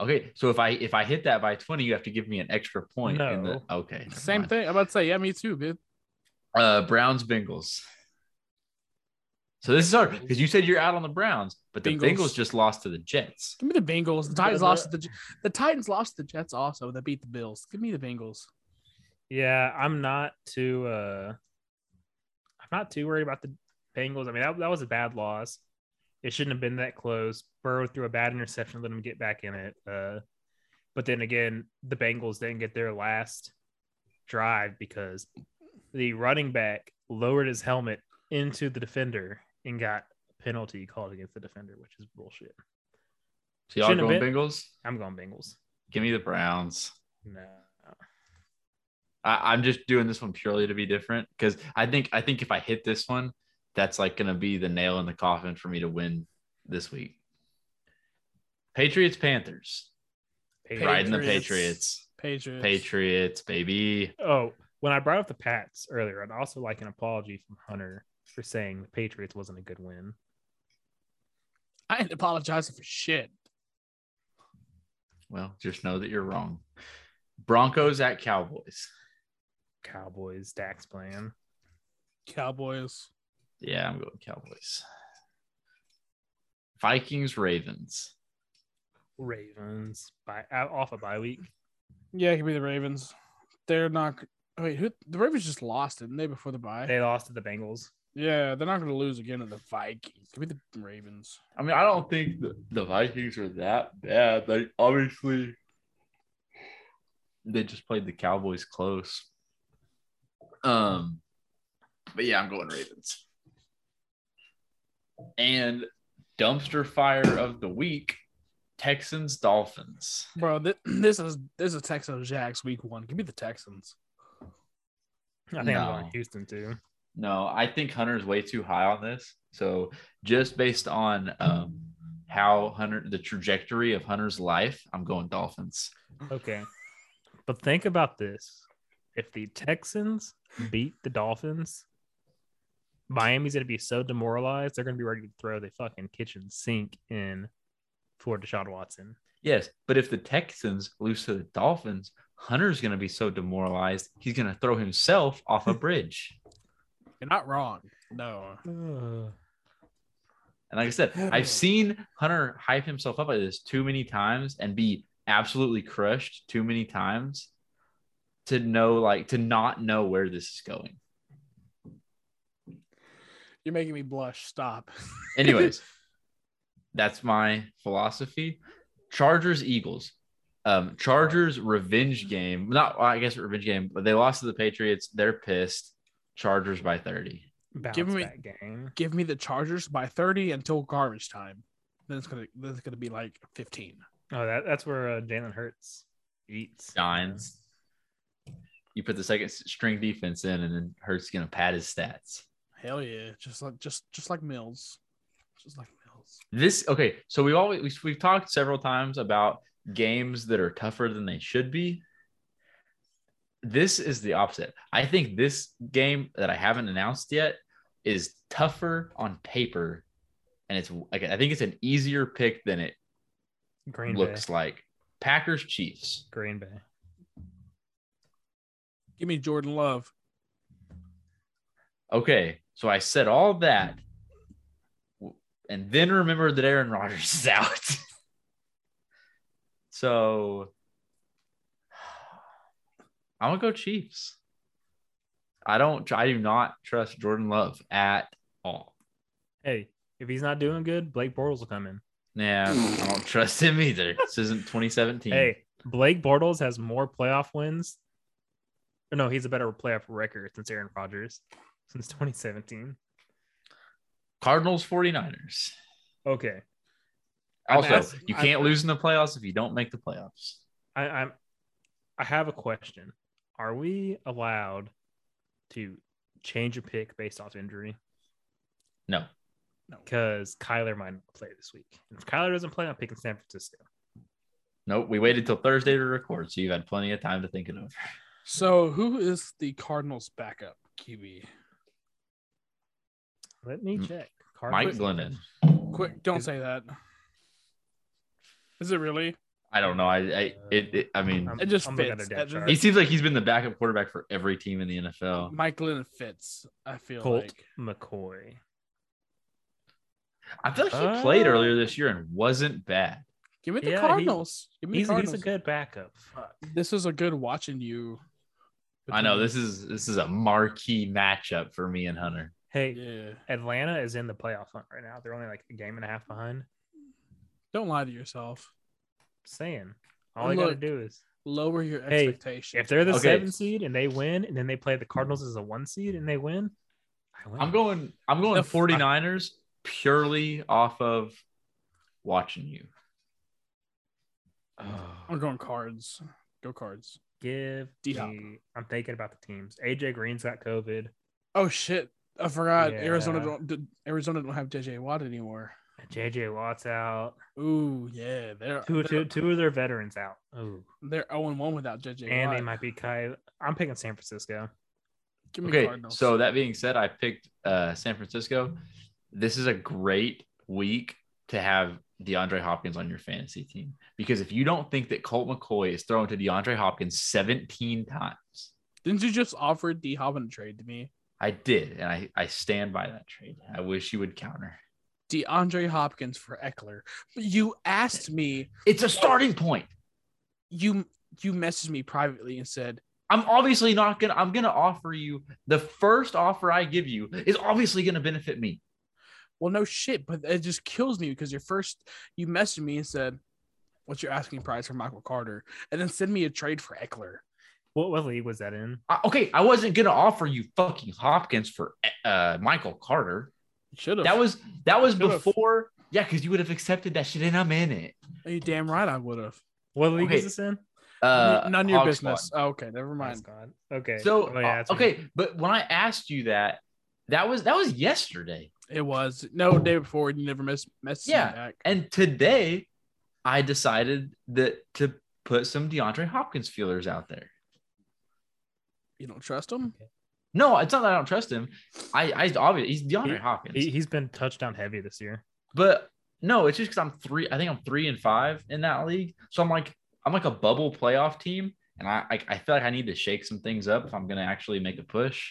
okay, so if I if I hit that by 20, you have to give me an extra point. in the- No. okay. never Same mind. thing. I'm about to say, yeah, me too, dude. Uh, Browns Bengals. So this is hard because you said you're out on the Browns, but the Bengals. Bengals, just lost to the Jets. Give me the Bengals. The Titans the- lost to the the Titans lost to the Jets also. That beat the Bills. Give me the Bengals. Yeah, I'm not too uh I'm not too worried about the Bengals. I mean, that, that was a bad loss. It shouldn't have been that close. Burrow threw a bad interception, let him get back in it. Uh but then again, the Bengals didn't get their last drive because the running back lowered his helmet into the defender and got a penalty called against the defender, which is bullshit. So y'all Shouldn't have going Bengals? I'm going Bengals. Give me the Browns. No. I, I'm just doing this one purely to be different because I think I think if I hit this one, that's like gonna be the nail in the coffin for me to win this week. Patriots Panthers riding the Patriots Patriots. Patriots. Patriots baby. Oh, when I brought up the Pats earlier, I'd also like an apology from Hunter for saying the Patriots wasn't a good win. I ain't apologizing for shit. Well, just know that you're wrong. Broncos at Cowboys. Cowboys, Dax playing. Cowboys. Yeah, I'm going Cowboys. Vikings, Ravens. Ravens by out, off a bye week. Yeah, it could be the Ravens. They're not. Wait, who? The Ravens just lost, didn't they, before the bye? They lost to the Bengals. yeah, they're not going to lose again to the Vikings. Give me the Ravens. I mean, I don't think the, the Vikings are that bad. Like, obviously, they just played the Cowboys close. Um, but yeah, I'm going Ravens. And dumpster fire of the week: Texans, Dolphins. Bro, thi- this is this is Texans Jags week one. Give me the Texans. I think I'm No. going Houston too. No, I think Hunter's way too high on this. So just based on um, how Hunter, the trajectory of Hunter's life, I'm going Dolphins. Okay. But think about this. If the Texans beat the Dolphins, Miami's going to be so demoralized, they're going to be ready to throw the fucking kitchen sink in for Deshaun Watson. Yes, but if the Texans lose to the Dolphins, Hunter's going to be so demoralized, he's going to throw himself off a bridge. You're not wrong. No. Ugh. And like I said, I've seen Hunter hype himself up like this too many times and be absolutely crushed too many times to know, like, to not know where this is going. You're making me blush. Stop. Anyways, that's my philosophy. Chargers Eagles. Um, Chargers revenge game. Not well, I guess revenge game, but they lost to the Patriots. They're pissed. Chargers by 30. Bounce Give me- back game. Give me the Chargers by 30 until garbage time. Then it's gonna then it's gonna be like 15. Oh, that, that's where uh, Jalen Hurts eats. Dines. You put the second s- string defense in, and then Hurts gonna pad his stats. Hell yeah. Just like just just like Mills. Just like Mills. This okay. So we always we, we've talked several times about games that are tougher than they should be. this is the opposite. I think this game that I haven't announced yet is tougher on paper, and it's like I think it's an easier pick than it Green looks Bay. like. Packers Chiefs. Green Bay. Give me Jordan Love. Okay, so I said all that, w- and then remembered that Aaron Rodgers is out. so I'm gonna go Chiefs. I don't. I do not trust Jordan Love at all. Hey, if he's not doing good, Blake Bortles will come in. Yeah, I don't trust him either. This isn't 2017. Hey, Blake Bortles has more playoff wins. Or no, he's a better playoff record since Aaron Rodgers since 2017. Cardinals 49ers. Okay, I'm Also, ask- you I'm- can't lose in the playoffs if you don't make the playoffs. I, I'm. I have a question. Are we allowed to change a pick based off injury? No. Because Kyler might not play this week. And if Kyler doesn't play, I'm picking San Francisco. Nope. We waited till Thursday to record, so you've had plenty of time to think it over. So who is the Cardinals backup QB? Let me Mm. check. Mike Cardinals- Glennon. Quick, don't say that. Is it really? I don't know. I, I it, it I mean I'm- It just I'm looking at fits. their depth It- chart. he seems like he's been the backup quarterback for every team in the NFL. Mike Glennon fits. I feel Colt like McCoy. I feel like he played earlier this year and wasn't bad. give me the Yeah, he- Cardinals. give me the He's, he's Cardinals. a good backup. Fuck. This is a good watching you. I know this is this is a marquee matchup for me and Hunter. Hey, Yeah. Atlanta is in the playoff hunt right now. They're only like a game and a half behind. Don't lie to yourself. Saying all And I got to look, do is Lower your Hey, expectations. if they're the Okay. seven seed and they win, and then they play the Cardinals as a one seed and they win, I win. I'm going I'm going The f- 49ers purely off of watching you. I'm going cards. Go cards. give. D-Hop. me- I'm thinking about the teams. AJ Green's got COVID. Oh shit! I forgot Arizona Yeah. don't d- Arizona don't have JJ Watt anymore. JJ Watt's out. Ooh yeah, they're Two, two, they're, two of their veterans out. Ooh, they're zero and one without JJ and Watt. they might be Kyle. I'm picking San Francisco. Give me Okay, Cardinals. so that being said, I picked uh, San Francisco. This is a great week to have DeAndre Hopkins on your fantasy team because if you don't think that Colt McCoy is thrown to DeAndre Hopkins 17 times, didn't you just offer D Hop in a trade to me? I did, and I, I stand by that trade. I wish you would counter. DeAndre Hopkins for Eckler. But you asked me. It's a starting point. You you messaged me privately and said I'm obviously not gonna. I'm gonna offer you the first offer I give you is obviously gonna benefit me. Well, no shit, but it just kills me because your first you messaged me and said, "What's your asking price for Michael Carter?" and then send me a trade for Eckler. What, what league was that in? I- okay, I wasn't gonna offer you fucking Hopkins for uh, Michael Carter. Should have. That was that was Should've. before. Yeah, because you would have accepted that shit, and I'm in it. Are you damn right I would have. What league Okay. is this in? Uh, None of your Hog business. Squad. Oh, okay, never Mine's mind. gone. Okay. So Oh, yeah, uh, it's me. okay, but when I asked you that, that was that was yesterday, It was no day before and you never miss messaged Yeah, me back. and today I decided that to put some DeAndre Hopkins feelers out there. You don't trust him. No, it's not that I don't trust him. I I obviously he's DeAndre He- Hopkins, He, he's been touchdown heavy this year. but no, it's just because I'm three. I think I'm three and five in that league. So I'm like I'm like a bubble playoff team, and I I, I feel like I need to shake some things up if I'm gonna actually make a push.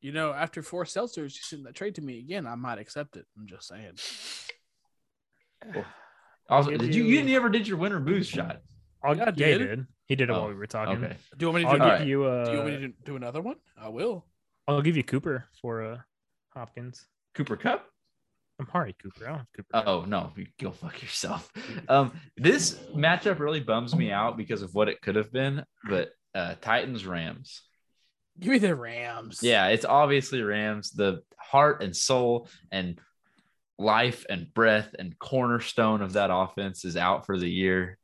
You know, after four seltzers, you send that trade to me again. I might accept it. I'm just saying. Also, Give did you, you- you never did your winter booze shot? I'll, Yeah, I yeah, he did. did. He did it while Oh, we were talking. Okay. Do you want me to I'll do? give Alright. you. Uh, do you want me to do- do another one? I will. I'll give you Cooper for uh, Hopkins. Cooper Cup? Amari Cooper. I don't have Cooper. Oh no, you go fuck yourself. Um, this matchup really bums me out because of what it could have been, but uh Titans Rams. Give me the Rams. Yeah, it's obviously Rams, the heart and soul and life and breath and cornerstone of that offense is out for the year.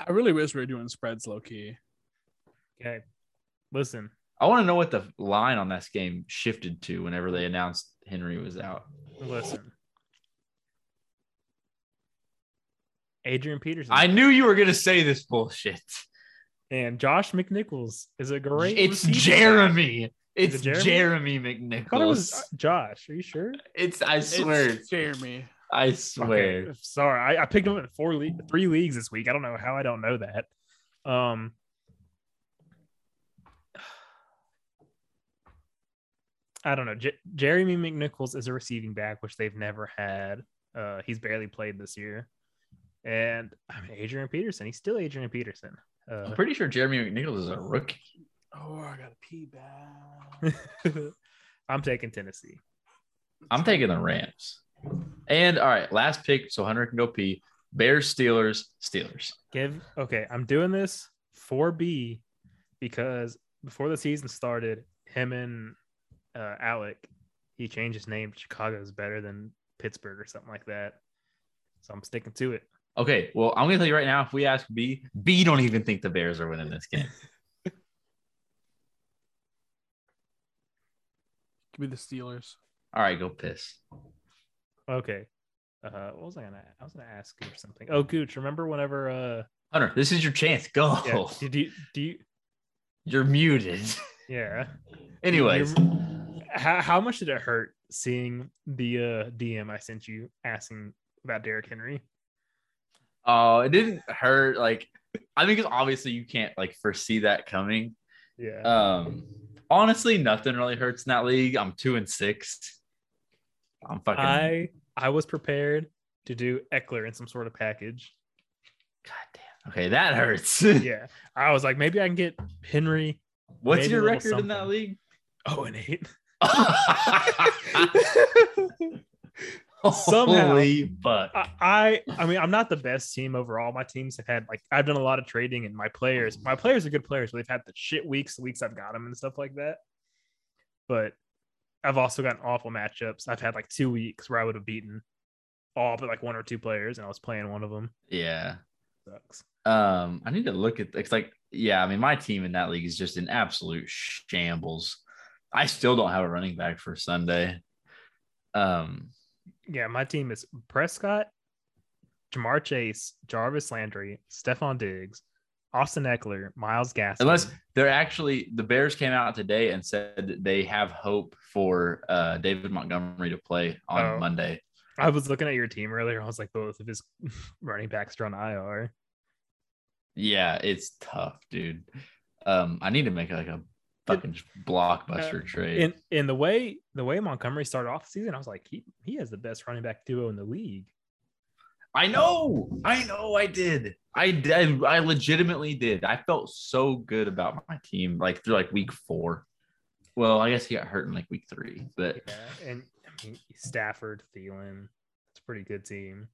I really wish we were doing spreads low key. Okay. Listen, I want to know what the line on this game shifted to whenever they announced Henry was out. listen. Adrian Peterson. I knew you were gonna say this bullshit. And Josh McNichols is a great. It's receiver. Jeremy. It's it Jeremy, Jeremy? McNichols. I thought it was uh, Josh. Are you sure? It's I swear. It's Jeremy. I Fuck swear. it. Sorry, I, I picked him up in four le- three leagues this week. I don't know how I don't know that. Um, I don't know. J- Jeremy McNichols is a receiving back, which they've never had. Uh, he's barely played this year, and I mean Adrian Peterson. He's still Adrian Peterson. I'm Uh, pretty sure Jeremy McNichols is a rookie. Oh, I got a pee bag. I'm taking Tennessee. I'm taking the Rams. And all right, last pick. So Hunter can go pee. Bears, Steelers, Steelers. Give okay, I'm doing this for B because before the season started, him and uh, Alec, he changed his name to Chicago's better than Pittsburgh or something like that. So I'm sticking to it. Okay, well, I'm gonna tell you right now. If we ask B, B don't even think the Bears are winning this game. Give me the Steelers. All right, go piss. Okay. Uh, what was I gonna? I was gonna ask Gooch something. Oh, Gooch, remember whenever? Uh, Hunter, this is your chance. Go. yeah, did you do you? You're muted. Yeah. Anyways, How, how much did it hurt seeing the uh DM I sent you asking about Derrick Henry? oh, it didn't hurt. Like, I think it's obviously you can't like foresee that coming. Yeah. Um, honestly, nothing really hurts in that league. I'm two and six. I'm fucking. I I was prepared to do Eckler in some sort of package. God damn. Okay, that hurts. Yeah, I was like, maybe I can get Henry. What's Maybe your a little record in that something. league? Oh, and eight. Somehow. Holy fuck. I, I I mean, I'm not the best team overall. My teams have had like I've done a lot of trading, and my players, my players are good players, but they've had the shit weeks, the weeks I've got them and stuff like that. But I've also gotten awful matchups. I've had like two weeks where I would have beaten all but like one or two players, and I was playing one of them. Yeah. Sucks. Um, I need to look at it's like, yeah, I mean, my team in that league is just an absolute shambles. I still don't have a running back for Sunday. Um, Yeah, my team is Prescott, Jamar Chase, Jarvis Landry, Stephon Diggs, Austin Eckler, Miles Gaskin. Unless- they're actually the Bears came out today and said that they have hope for uh David Montgomery to play on Oh. Monday. I was looking at your team earlier, I was like, both of his running backs are on IR. Yeah, it's tough, dude. Um, I need to make like a fucking blockbuster trade. And and the way the way Montgomery started off the season, I was like, he he has the best running back duo in the league. I know, I know, I did. I did. I legitimately did. I felt so good about my team, like through like week four. Well, I guess he got hurt in like week three, but Yeah, and I mean, Stafford, Thielen, it's a pretty good team.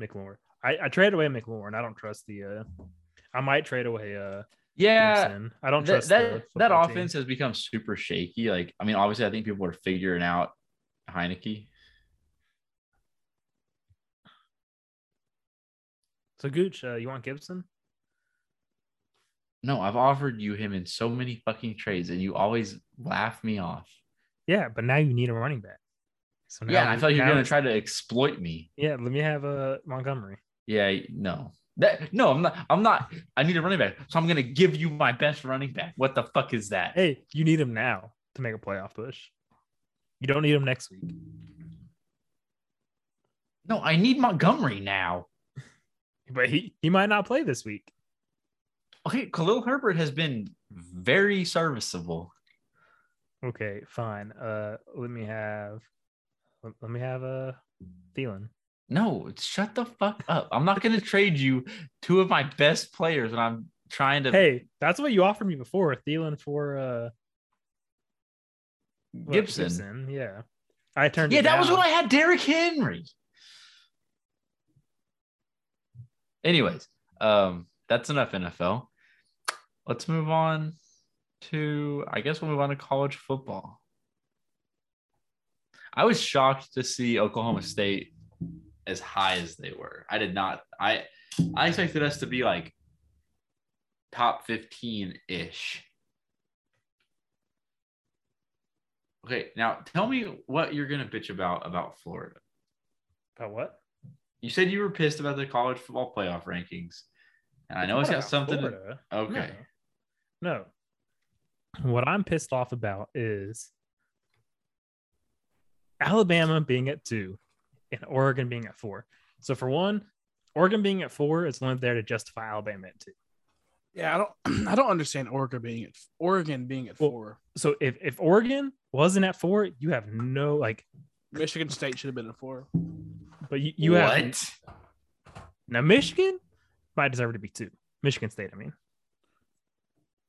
McLaurin, I, I traded away McLaurin. I don't trust the. uh I might trade away. uh yeah, Gibson. I don't that trust the that, that football team. offense has become super shaky. Like, I mean, obviously, I think people are figuring out Heineke. So Gooch, uh, you want Gibson? No, I've offered you him in so many fucking trades, and you always laugh me off. Yeah, but now you need a running back. So Yeah, and I feel like you're now- gonna try to exploit me. Yeah, let me have uh, Montgomery. Yeah, no. That no, I'm not. I'm not. I need a running back, so I'm gonna give you my best running back. What the fuck is that? Hey, you need him now to make a playoff push. You don't need him next week. No, I need Montgomery now. But he he might not play this week. Okay, Khalil Herbert has been very serviceable. Okay, fine. Uh, let me have let, let me have a uh, Thielen. No, shut the fuck up. I'm not gonna trade you two of my best players when I'm trying to. Hey, that's what you offered me before. Thielen for uh what, Gibson. Yeah, I turned. Yeah, it that was down. when I had Derrick Henry. Anyways, um, that's enough NFL. Let's move on to, I guess we'll move on to college football. I was shocked to see Oklahoma State as high as they were. I did not, I, I expected us to be like top 15 ish. Okay, now tell me what you're gonna bitch about about Florida. About what? You said you were pissed about the college football playoff rankings, And I know it's not got about something. to- Florida. Okay. No. no. What I'm pissed off about is Alabama being at two and Oregon being at four. So for one, Oregon being at four is only there to justify Alabama at two. Yeah, I don't I don't understand Oregon being at Oregon being at Well, four. So if, if Oregon wasn't at four, you have no like Michigan State should have been at four. but you, you what? have now Michigan might deserve to be two. Michigan State, I mean.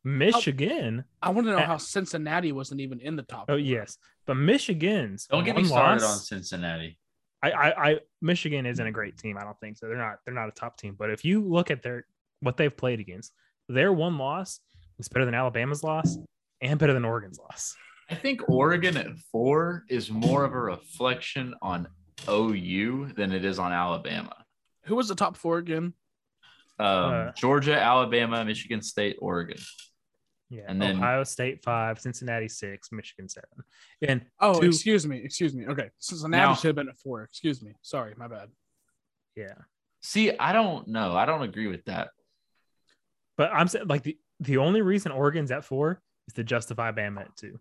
Michigan. I want to know Uh, how Cincinnati wasn't even in the top. Oh four. yes. But Michigan's Don't get me one started loss- on Cincinnati. I, I, I Michigan isn't a great team. I don't think so. They're not. They're not a top team. But if you look at their what they've played against, their one loss is better than Alabama's loss and better than Oregon's loss. I think Oregon at four is more of a reflection on OU than it is on Alabama. Who was the top four again? Um, Uh, Georgia, Alabama, Michigan State, Oregon. Yeah. And then- Ohio State five, Cincinnati six, Michigan seven, and Oh, Two. excuse me, excuse me. Okay, Cincinnati Now- should have been at four. Excuse me. Sorry, my bad. yeah. See, I don't know. I don't agree with that. But I'm saying like the the only reason Oregon's at four is to justify Bama at two.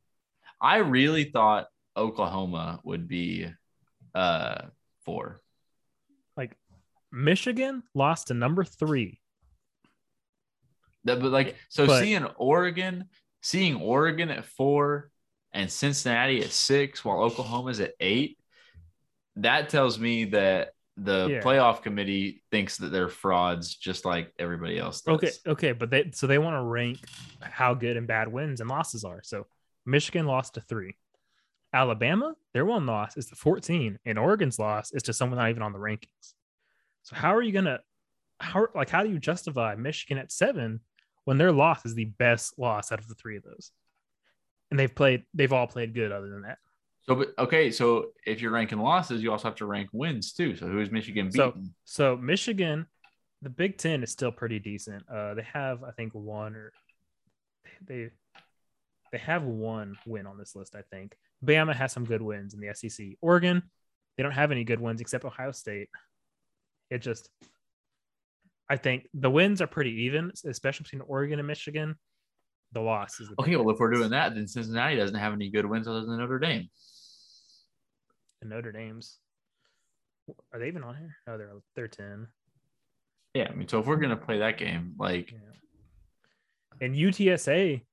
I really thought Oklahoma would be uh four. Michigan lost to number three. That, but like so But- seeing Oregon, seeing Oregon at four and Cincinnati at six while Oklahoma's at eight, that tells me that the Yeah. playoff committee thinks that they're frauds just like everybody else does. Okay, okay, but they so they want to rank how good and bad wins and losses are. So Michigan lost to three. Alabama, their one loss is to 14, and Oregon's loss is to someone not even on the rankings. So how are you gonna how like how do you justify Michigan at seven when their loss is the best loss out of the three of those? And they've played they've all played good other than that. So but okay, so if you're ranking losses, you also have to rank wins too. So who is Michigan So- beating? So Michigan, the Big Ten is still pretty decent. Uh, they have I think one or they they have one win on this list. I think Bama has some good wins in the SEC. Oregon, they don't have any good wins except Ohio State. It just I think the wins are pretty even, especially between Oregon and Michigan. The loss is the okay, big well if we're doing difference. that, then Cincinnati doesn't have any good wins other than Notre Dame. And Notre Dame's are they even on here? No, they're they're ten. Yeah, I mean, so if we're gonna play that game, like Yeah. And UTSA,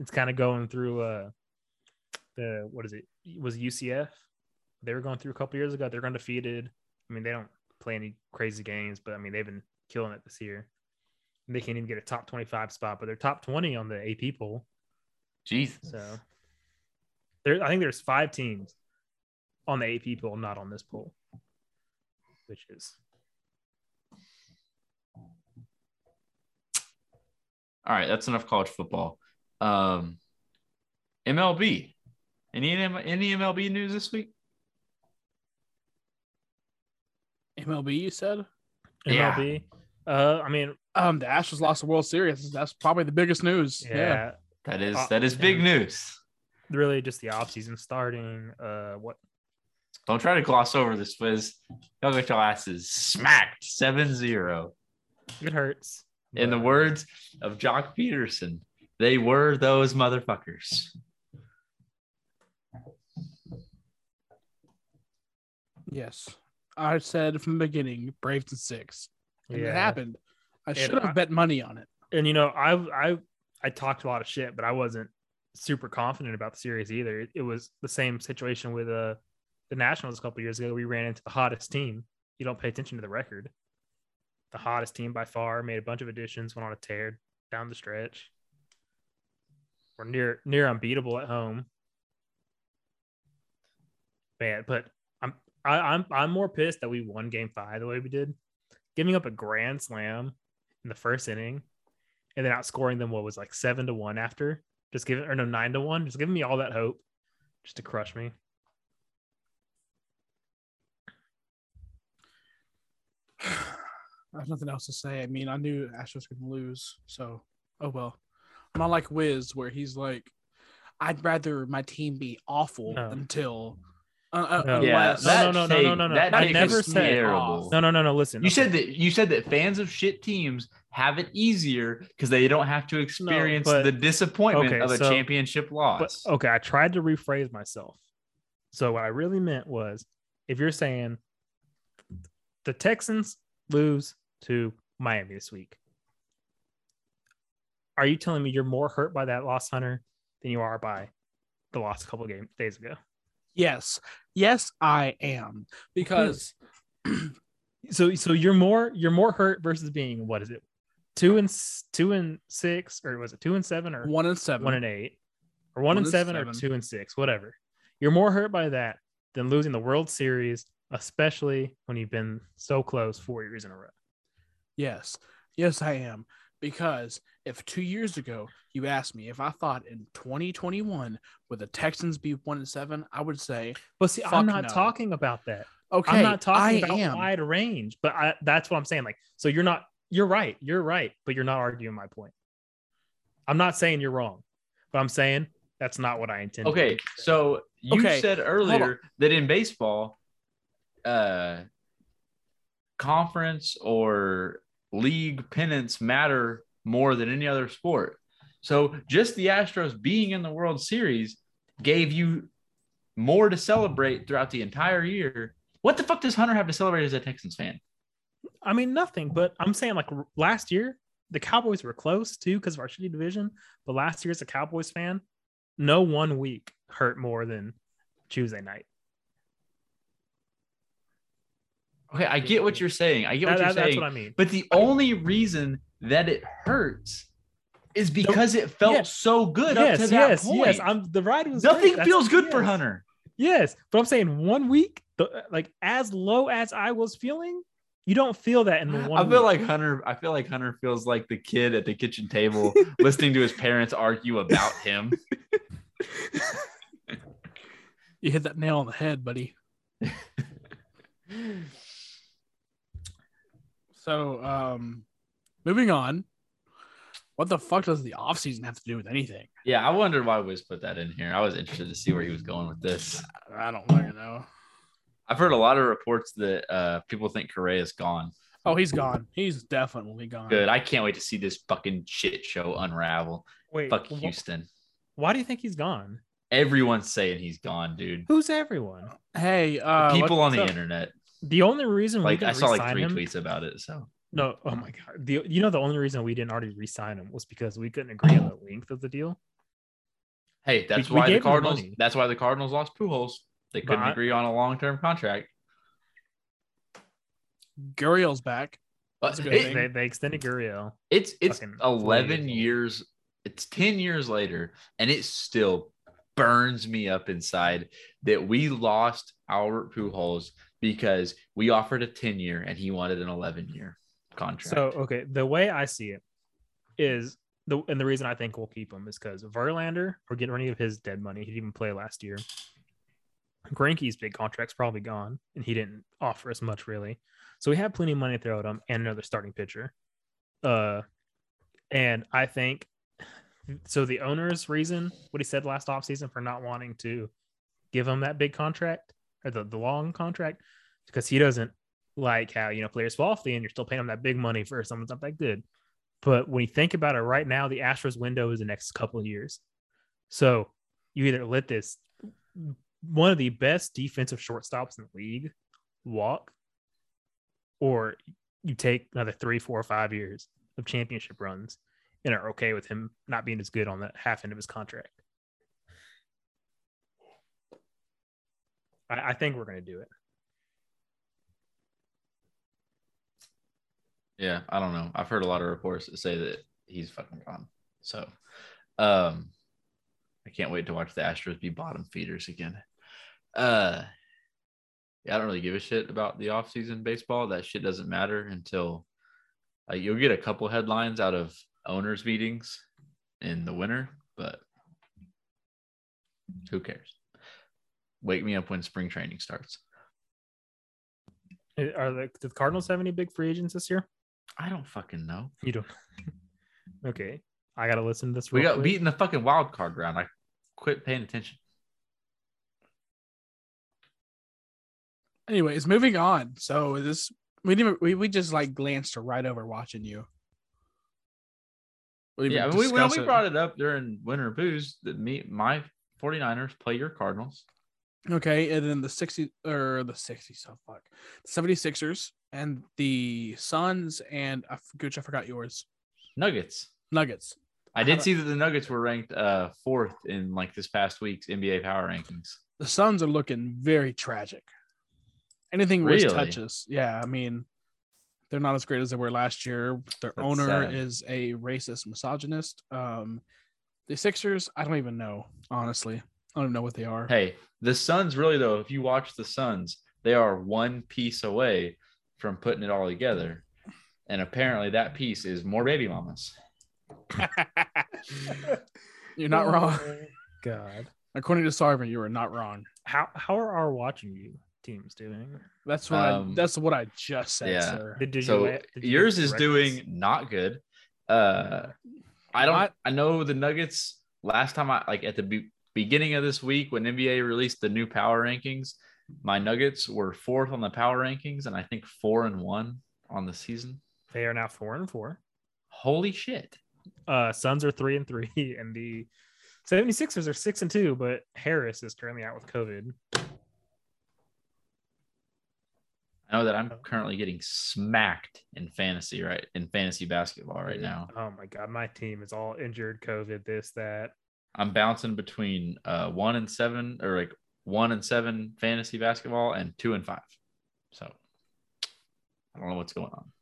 it's kind of going through uh the what is it? Was it UCF? They were going through a couple years ago. They're undefeated. I mean, they don't play any crazy games, but I mean they've been killing it this year. They can't even get a top twenty-five spot, but they're top twenty on the AP poll. Jesus. So there, I think there's five teams on the AP poll, not on this poll, which is All right, that's enough college football. Um, MLB. Any any MLB news this week? MLB, you said. Yeah. MLB. Uh, I mean, Um, the Astros lost the World Series. That's probably the biggest news. yeah. yeah. That is Uh, that is big yeah. news. really just the off season starting. Uh, what Don't try to gloss over this, Wiz. Y'all got your asses smacked 7-0. it hurts. In the but words of Jock Peterson, they were those motherfuckers. Yes. I said from the beginning, Braves in six. And yeah. it happened. I And should I- have bet money on it. And you know, I I I talked a lot of shit, but I wasn't super confident about the series either. It, it was the same situation with uh the Nationals a couple years ago. We ran into the hottest team. You don't pay attention to the record. The hottest team by far made a bunch of additions, went on a tear down the stretch. We're near near unbeatable at home. Man, but I'm I, I'm I'm more pissed that we won Game Five the way we did, giving up a grand slam in the first inning, and then outscoring them what was like seven to one after. Just giving or no nine to one, just giving me all that hope, just to crush me. I have nothing else to say. I mean, I knew Astros could lose, so oh well. I'm not like Wiz, where he's like, I'd rather my team be awful No. until. Uh, No. uh, Yeah, unless- No, that no, no, no, take- no, no, no. That I take never is said- terrible. No, no, no, no. Listen, You said that you said that fans of shit teams have it easier because they don't have to experience but- the disappointment okay, of a so- championship But loss. okay, I tried to rephrase myself. So what I really meant was if you're saying the Texans lose to Miami this week, are you telling me you're more hurt by that loss, Hunter, than you are by the loss a couple of game, days ago? Yes. Yes, I am. Because So so you're more you're more hurt versus being what is it? Two and s- two and six, or was it two and seven or one and seven. one and eight, or one, and seven, or two and six, whatever. You're more hurt by that than losing the World Series, especially when you've been so close four years in a row. Yes. Yes, I am. Because if two years ago you asked me if I thought in 2021 would the Texans be one and seven, I would say, But see, Fuck I'm not no. talking about that. okay, I'm not talking I about am. wide range, but I, that's what I'm saying. Like, so you're not, you're right, you're right, but you're not arguing my point. I'm not saying you're wrong, but I'm saying that's not what I intended. Okay, so you Okay, said earlier that in baseball, uh, conference or league pennants matter more than any other sport. So just the Astros being in the World Series gave you more to celebrate throughout the entire year. What the fuck does Hunter have to celebrate as a Texans fan? I mean, nothing, but I'm saying like r- last year, the Cowboys were close too because of our shitty division. But last year, as a Cowboys fan, no one week hurt more than Tuesday night. Okay, I get what you're saying. I get what That- you're that- that's saying. what I mean. But the only reason that it hurts is because it felt Yes. so good up to yes, that yes, point. yes. I'm the ride was great. Nothing That's- feels good for yes. Hunter. Yes, but I'm saying one week, the, like as low as I was feeling, you don't feel that in the one. I feel week. like Hunter. I feel like Hunter feels like the kid at the kitchen table listening to his parents argue about him. You hit that nail on the head, buddy. So, um, moving on. What the fuck does the offseason have to do with anything? Yeah, I wondered why Wiz put that in here. I was interested to see where he was going with this. I don't fucking know. I've heard a lot of reports that uh, people think Correa is gone. Oh, he's gone. He's definitely gone. Good. I can't wait to see this fucking shit show unravel. wait, Fuck wh- Houston. why do you think he's gone? Everyone's saying he's gone, dude. Who's everyone? Hey, uh, people on the internet. internet. The only reason hmm, we Like didn't I saw like re-sign three him, tweets about it. So No, oh my god. The you know the only reason we didn't already re-sign him was because we couldn't agree on the length of the deal. hey, that's we why gave the him the Cardinals. money. that's why the Cardinals lost Pujols. They couldn't But I- agree on a long term contract. Guriel's back. But That's a good it- thing. They, they extended Guriel. it's it's Fucking four eleven years years. It's ten years later, and it still burns me up inside that we lost Albert Pujols because we offered a ten year and he wanted an eleven year contract. So okay, the way I see it is the and the reason I think we'll keep him is because Verlander, we're getting rid of his dead money. He didn't even play last year. Granke's big contract's probably gone, and he didn't offer us much really. So we have plenty of money to throw at him and another starting pitcher. Uh and I think so the owner's reason, what he said last offseason for not wanting to give him that big contract or the, the long contract, because he doesn't like how you know players fall off the end, you're still paying them that big money for someone that's not that good. But when you think about it, right now the Astros window is the next couple of years. So you either let this one of the best defensive shortstops in the league walk, or you take another three, four, or five years of championship runs and are okay with him not being as good on the half end of his contract. I, I think we're going to do it. Yeah, I don't know. I've heard a lot of reports that say that he's fucking gone. So, um, I can't wait to watch the Astros be bottom feeders again. Uh, yeah, I don't really give a shit about the offseason baseball. That shit doesn't matter until like you'll get a couple headlines out of owners' meetings in the winter, but who cares? Wake me up when spring training starts. Uh, Are the, do the Cardinals have any big free agents this year? I don't fucking know. You don't. okay, I gotta listen to this. We real got quick. beat in the fucking wild card round. I quit paying attention. Anyways, moving on. So this we didn't we, we just like glanced right over watching you. We'll even Yeah, I mean, we, we, discuss we brought it up during Winter Booze that me my 49ers play your Cardinals. Okay, and then the 60 or the 60 so fuck. 76ers and the Suns and I f- Gooch, I forgot yours. Nuggets. Nuggets. I How did do- see that the Nuggets were ranked uh fourth in like this past week's NBA power rankings. The Suns are looking very tragic. Anything Wiz Really? touches. Yeah, I mean they're not as great as they were last year. Their That's owner sad. is a racist misogynist. Um the Sixers, I don't even know, honestly. I don't even know what they are. Hey, the Suns really though, if you watch the Suns, they are one piece away from putting it all together. And apparently that piece is more baby mamas. You're not wrong. Oh God, According to Sarvin, you are not wrong. how how are our watching you teams doing? That's what I Um, that's what I just said, yeah. sir. Did, did so you, did you yours is correct doing us? not good. Uh I don't Not- I know the Nuggets last time I like at the be- beginning of this week when NBA released the new power rankings, my Nuggets were fourth on the power rankings and I think 4 and 1 on the season. They are now four and four. Holy shit. Uh, Suns are three and three, and the 76ers are six and two. But Harris is currently out with COVID. I know that Oh. I'm currently getting smacked in fantasy, right? In fantasy basketball right now. Oh my god, my team is all injured, COVID, this, that. I'm bouncing between uh one and seven or like one and seven fantasy basketball and two and five. So I don't know what's going on.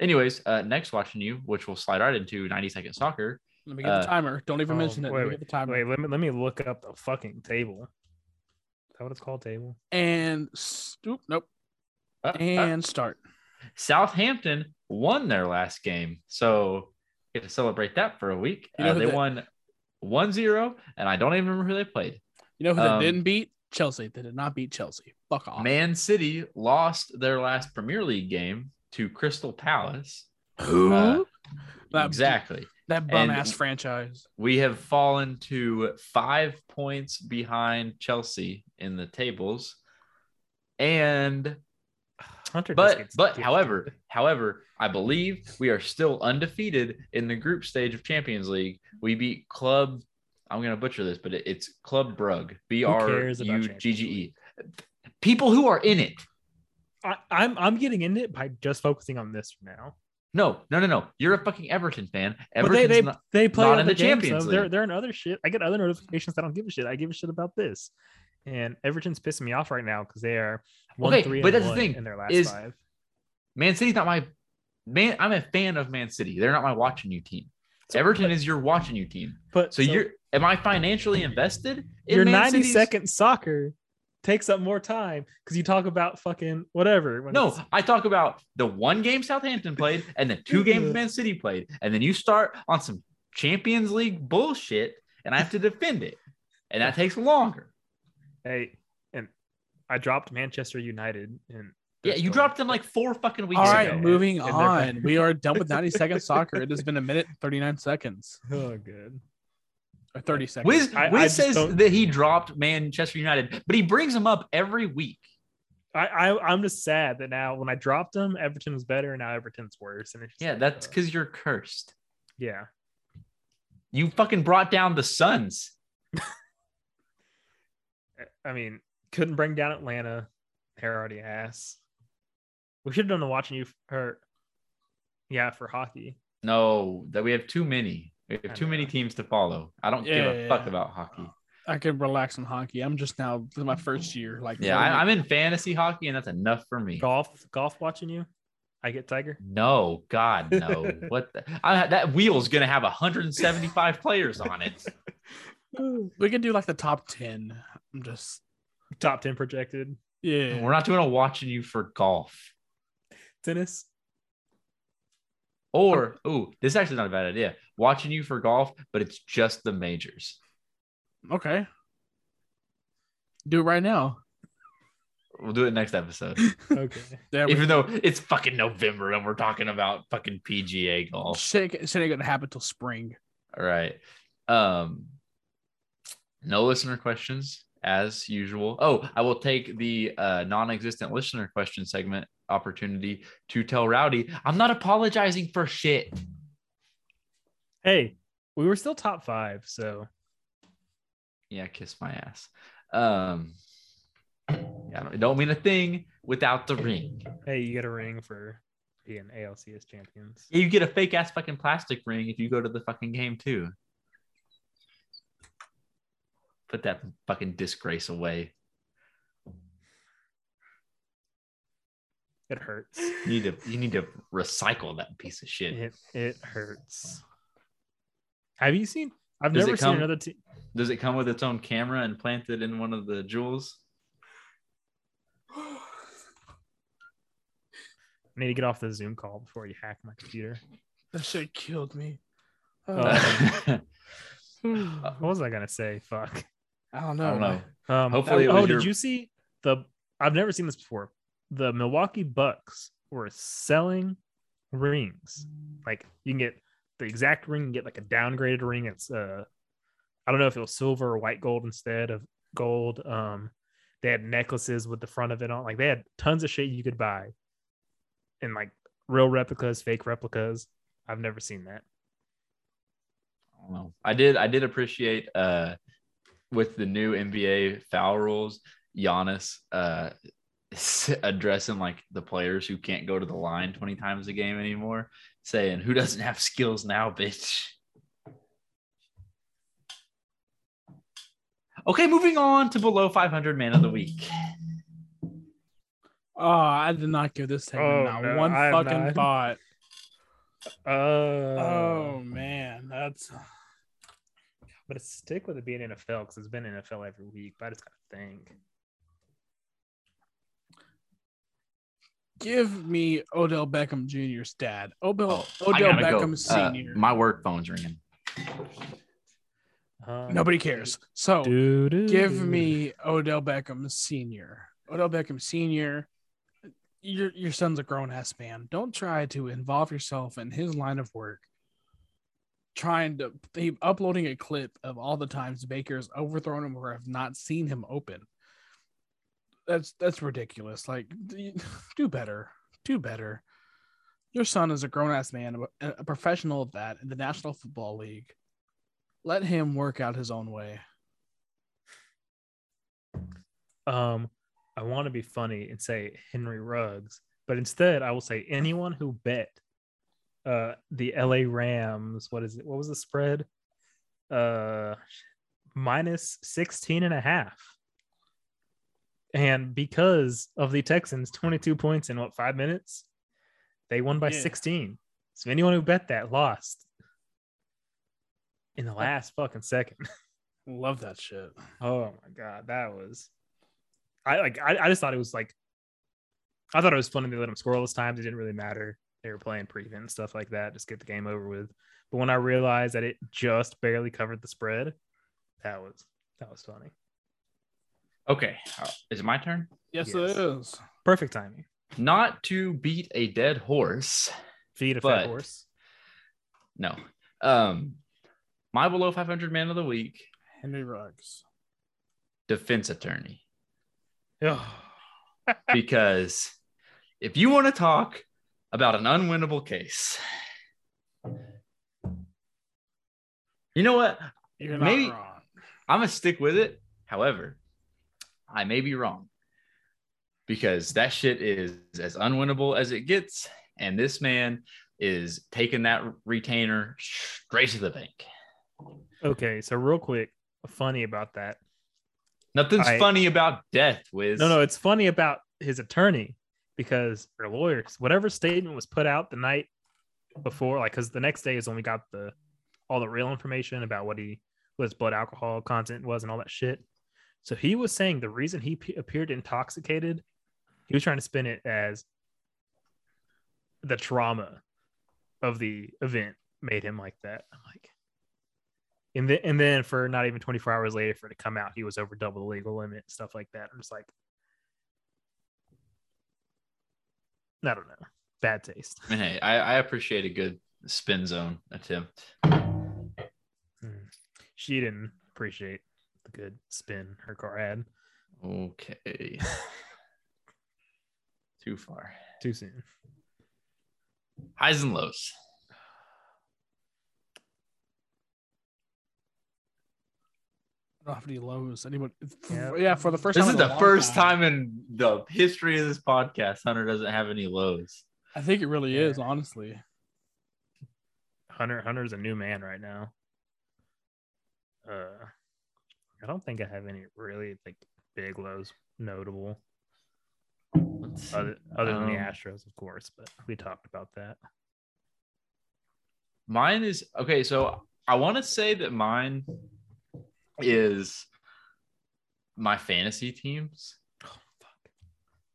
Anyways, uh next watching you, which will slide right into 90 second soccer. Let me get the Uh, timer. Don't even Oh, mention it. wait, Let me get the timer. Wait, let me let me look up the fucking table. Is that what it's called? Table. And s- oop, nope. Uh, uh, And start. Southampton won their last game. So get to celebrate that for a week. You know Uh, who they that- won 1-0, and I don't even remember who they played. You know who they um, didn't beat? Chelsea. They did not beat Chelsea. Fuck off. Man City lost their last Premier League game to Crystal Palace. Who? Uh, That- exactly. that bum and- ass franchise. We have fallen to five points behind Chelsea in the tables. And Hunter. just but gets but gifted. however, however, I believe we are still undefeated in the group stage of Champions League. We beat club I'm gonna butcher this, but it- it's Club Brugge. B R cares about U Champions G G E. People who are in it. I, I'm I'm getting into it by just focusing on this now. No, no, no, no. You're a fucking Everton fan. But Everton's they they, not- they play not other in the games, Champions though. They're League. they're in other shit. I get other notifications that I don't give a shit. I give a shit about this. And Everton's pissing me off right now because they are one Okay, three but and that's the one thing, in their last is- five. Man City's not my man. I'm a fan of Man City. They're not my watching you team. So- Everton is your watching you team. But So, you're am I financially invested in your Man 90 second City's- soccer takes up more time because you talk about fucking whatever. when No, it's- I talk about the one game Southampton played and the two games Man City played, and then you start on some Champions League bullshit, and I have to defend it, and that takes longer. hey, and I dropped Manchester United and Yeah, you dropped them like four fucking weeks All right, ago. moving And they're on. back. We are done with 90 second soccer. It has been a minute and 39 seconds Oh, good. or 30 seconds. Wiz, I- I Wiz just says don't- that he dropped Manchester United, but he brings them up every week. I, I I'm just sad that now when I dropped them, Everton was better, and now Everton's worse. And it's just Yeah, like, that's uh, because you're cursed. yeah. You fucking brought down the Suns. I mean, couldn't bring down Atlanta. They're already ass. We should have done a watching you for, yeah, for hockey. No, that we have too many. We have too many teams to follow. I don't give a Yeah. fuck about hockey. I can relax on hockey. I'm just now, this is my first year. Like, Yeah, I, I'm in fantasy hockey, and that's enough for me. Golf, golf watching you. I get Tiger. No, God, no. what the, I, that wheel's gonna have 175 players on it. we can do like the top 10. I'm just, Top ten projected yeah. We're not doing a watching you for golf. tennis. Or ooh, this is actually not a bad idea. Watching you for golf, but it's just the majors. Okay. Do it right now. We'll do it next episode. Okay. There we Even though it's fucking November and we're talking about fucking PGA golf. Shit, ain't- shit ain't gonna happen till spring. All right. Um, no listener questions as usual. Oh, I will take the uh, non-existent listener question segment opportunity to tell Rowdy I'm not apologizing for shit. Hey, we were still top five, so Yeah, kiss my ass. Um, yeah, I don't, don't mean a thing without the ring. hey, you get a ring for being ALCS champions. Yeah, you get a fake ass fucking plastic ring if you go to the fucking game too. Put that fucking disgrace away. It hurts. You need to you need to recycle that piece of shit. It it hurts. Have you seen? I've Does it never seen come- another team. Does it come with its own camera and planted in one of the jewels? I need to get off the Zoom call before you hack my computer. That shit killed me. Oh. Uh, Hmm. Uh, What was I gonna say? Fuck. I don't know. I don't know. man. Um, Hopefully it oh, was did your- you see the? I've never seen this before. The Milwaukee Bucks were selling rings. Like you can get the exact ring, you can get like a downgraded ring. It's uh, I don't know if it was silver or white gold instead of gold. Um, they had necklaces with the front of it on. Like they had tons of shit you could buy, and like real replicas, fake replicas. I've never seen that. I don't know. I did I did appreciate uh with the new NBA foul rules, Giannis uh addressing like the players who can't go to the line 20 times a game anymore, saying who doesn't have skills now, bitch. Okay, moving on to below 500 man of the week. Oh, I did not give this segment Oh, not no, one I have fucking not. thought. Uh, Oh man, that's But it's stick with it being NFL because it's been NFL every week. But I just gotta think. give me Odell Beckham Jr.'s dad. Odell, I Odell gotta go. Beckham Uh, Sr. my work phone's ringing. Um, Nobody cares. So doo- doo- give doo- me Odell Beckham Sr. Odell Beckham Sr. Your your son's a grown ass man. Don't try to involve yourself in his line of work. Trying to he uploading a clip of all the times Baker's overthrown him or have not seen him open. That's that's ridiculous. Like d- do better. Do better. Your son is a grown ass man, a a professional of that in the National Football League. Let him work out his own way. Um, I want to be funny and say Henry Ruggs, but instead I will say anyone who bet uh the LA Rams. What is it? What was the spread? Uh, minus 16 and a half. And because of the Texans, 22 points in what five minutes, they won by Yeah. 16. So anyone who bet that lost in the last fucking second. Love that shit. Oh my god, that was I like I, I just thought it was like I thought it was fun that they let them scoreless times. It didn't really matter. They were playing prevent and stuff like that. Just get the game over with. But when I realized that it just barely covered the spread, that was that was funny. Okay, uh, is it my turn? Yes, Yes. it is. Perfect timing. Not to beat a dead horse. Feed a But- fat horse. No. Um, my below 500 man of the week Henry Ruggs. defense attorney Ugh. because if you want to talk about an unwinnable case, you know what? You're Maybe- not wrong. I'm gonna stick with it. However, I may be wrong because that shit is as unwinnable as it gets, and this man is taking that retainer straight to the bank. Okay, so real quick, funny about that. Nothing's I- funny about death, Wiz. No, no, it's funny about his attorney because or lawyers, whatever statement was put out the night before, like because the next day is when we got the all the real information about what he what his blood alcohol content was and all that shit. So he was saying the reason he pe- appeared intoxicated, he was trying to spin it as the trauma of the event made him like that. I'm like, and then and then for not even 24 hours later for it to come out, he was over double the legal limit, stuff like that. I'm just like, I don't know, bad taste. I mean, hey, I, I appreciate a good spin zone attempt. Mm. She didn't appreciate the good spin her car had Okay. Too far. too soon. Highs and lows. don't have any lows. Anyone? Yeah. Yeah, for the first. This time is in a the long first time in the history of this podcast Hunter doesn't have any lows. I think it really Yeah. is, honestly. Hunter Hunter's a new man right now. Uh, I don't think I have any really like big lows notable Let's see. other, other than the Um, Astros, of course. But we talked about that. Mine is okay. So I want to say that mine is my fantasy teams,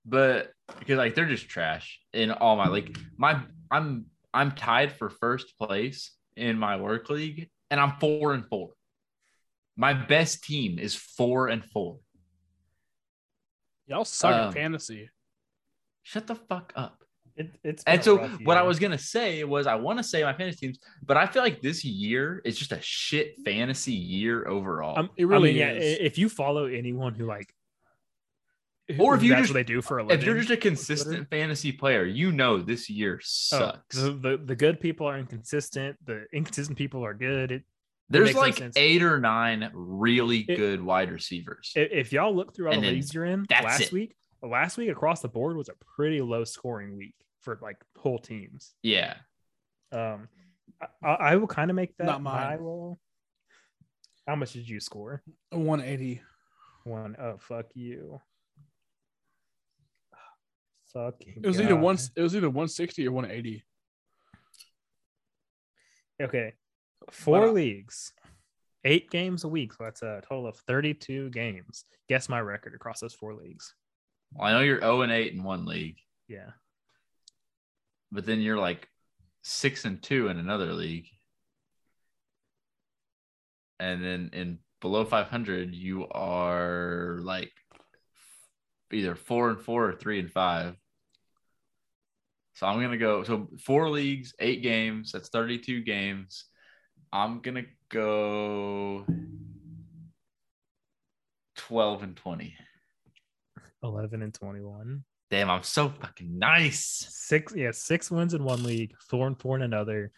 but because like they're just trash in all my like my I'm I'm tied for first place in my work league, and I'm four and four. My best team is four and four. Y'all suck Um, at fantasy. Shut the fuck up. It, it's And so what I was gonna say was I want to say my fantasy teams, but I feel like this year is just a shit fantasy year overall. I'm, It I really mean, yeah, is. i- if you follow anyone who like, who- Or if you that's just- what they do for a living. if you're just a consistent fantasy player, you know this year Oh, sucks. the, the the good people are inconsistent. The inconsistent people are good. It, There's makes no like sense. eight or nine really It- good wide receivers. i- if y'all look through all And the then leagues you're in, that's last it. week, last week across the board was a pretty low scoring week for like whole teams. yeah. Um, I, I will kind of make that Not mine. my role. How much did you score? 180. One. Oh fuck you. Fuck. It was either one. It was either 160 or 180. Okay. Four But, uh, leagues, eight games a week. So that's a total of 32 games. Guess my record across those four leagues. Well, I know you're 0 and 8 in one league, Yeah. but then you're like 6 and 2 in another league. And then in below 500, you are like either 4 and 4 or 3 and 5. So I'm going to go so four leagues, 8 games, that's 32 games. I'm going to go 12 and 20. 11 and 21. Damn, I'm so fucking nice. Six. Yeah. Six wins in one league, four and four in another,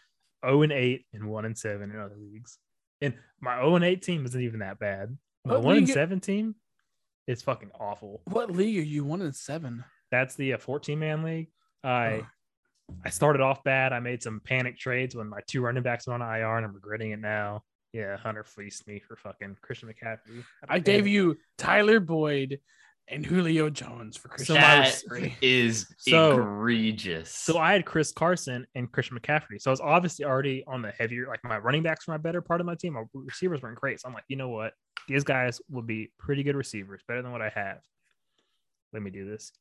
0 and 8 and 1 and 7 in other leagues. And my 0 and 8 team isn't even that bad. My What 1 and league- 7 team is fucking awful. What league are you? One in seven. That's the 14 man league. I. I started off bad. I made some panic trades when my two running backs were on IR, and I'm regretting it now. Yeah, Hunter fleeced me for fucking Christian McCaffrey. I Damn gave it. you Tyler Boyd and Julio Jones for Christian. So my- That is So- egregious. So I had Chris Carson and Christian McCaffrey. So I was obviously already on the heavier, like my running backs were my better part of my team. My receivers weren't great. So I'm like, you know what? These guys will be pretty good receivers, better than what I have. Let me do this.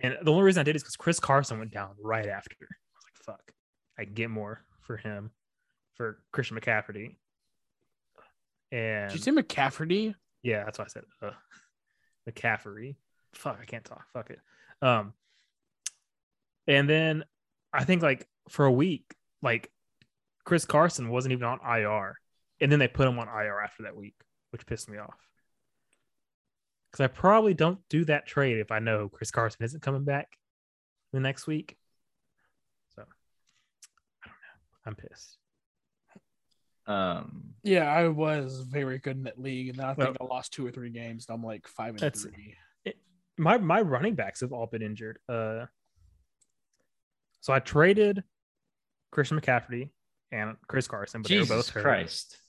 And the only reason I did is because Chris Carson went down right after. I was like, fuck, I can get more for him, for Christian McCaffrey. And Did you say McCafferty? yeah, that's why I said uh, McCaffrey. Fuck, I can't talk. Fuck it. Um, and then I think like for a week, like Chris Carson wasn't even on IR, and then they put him on IR after that week, which pissed me off. Because I probably don't do that trade if I know Chris Carson isn't coming back the next week. So I don't know. I'm pissed. um, Yeah, I was very good in that league, and then I think Well- I lost two or three games, and I'm like five and That's- three. my my running backs have all been injured. Uh, so I traded Christian McCaffrey and Chris Carson, but they were Jesus both hurt. Christ.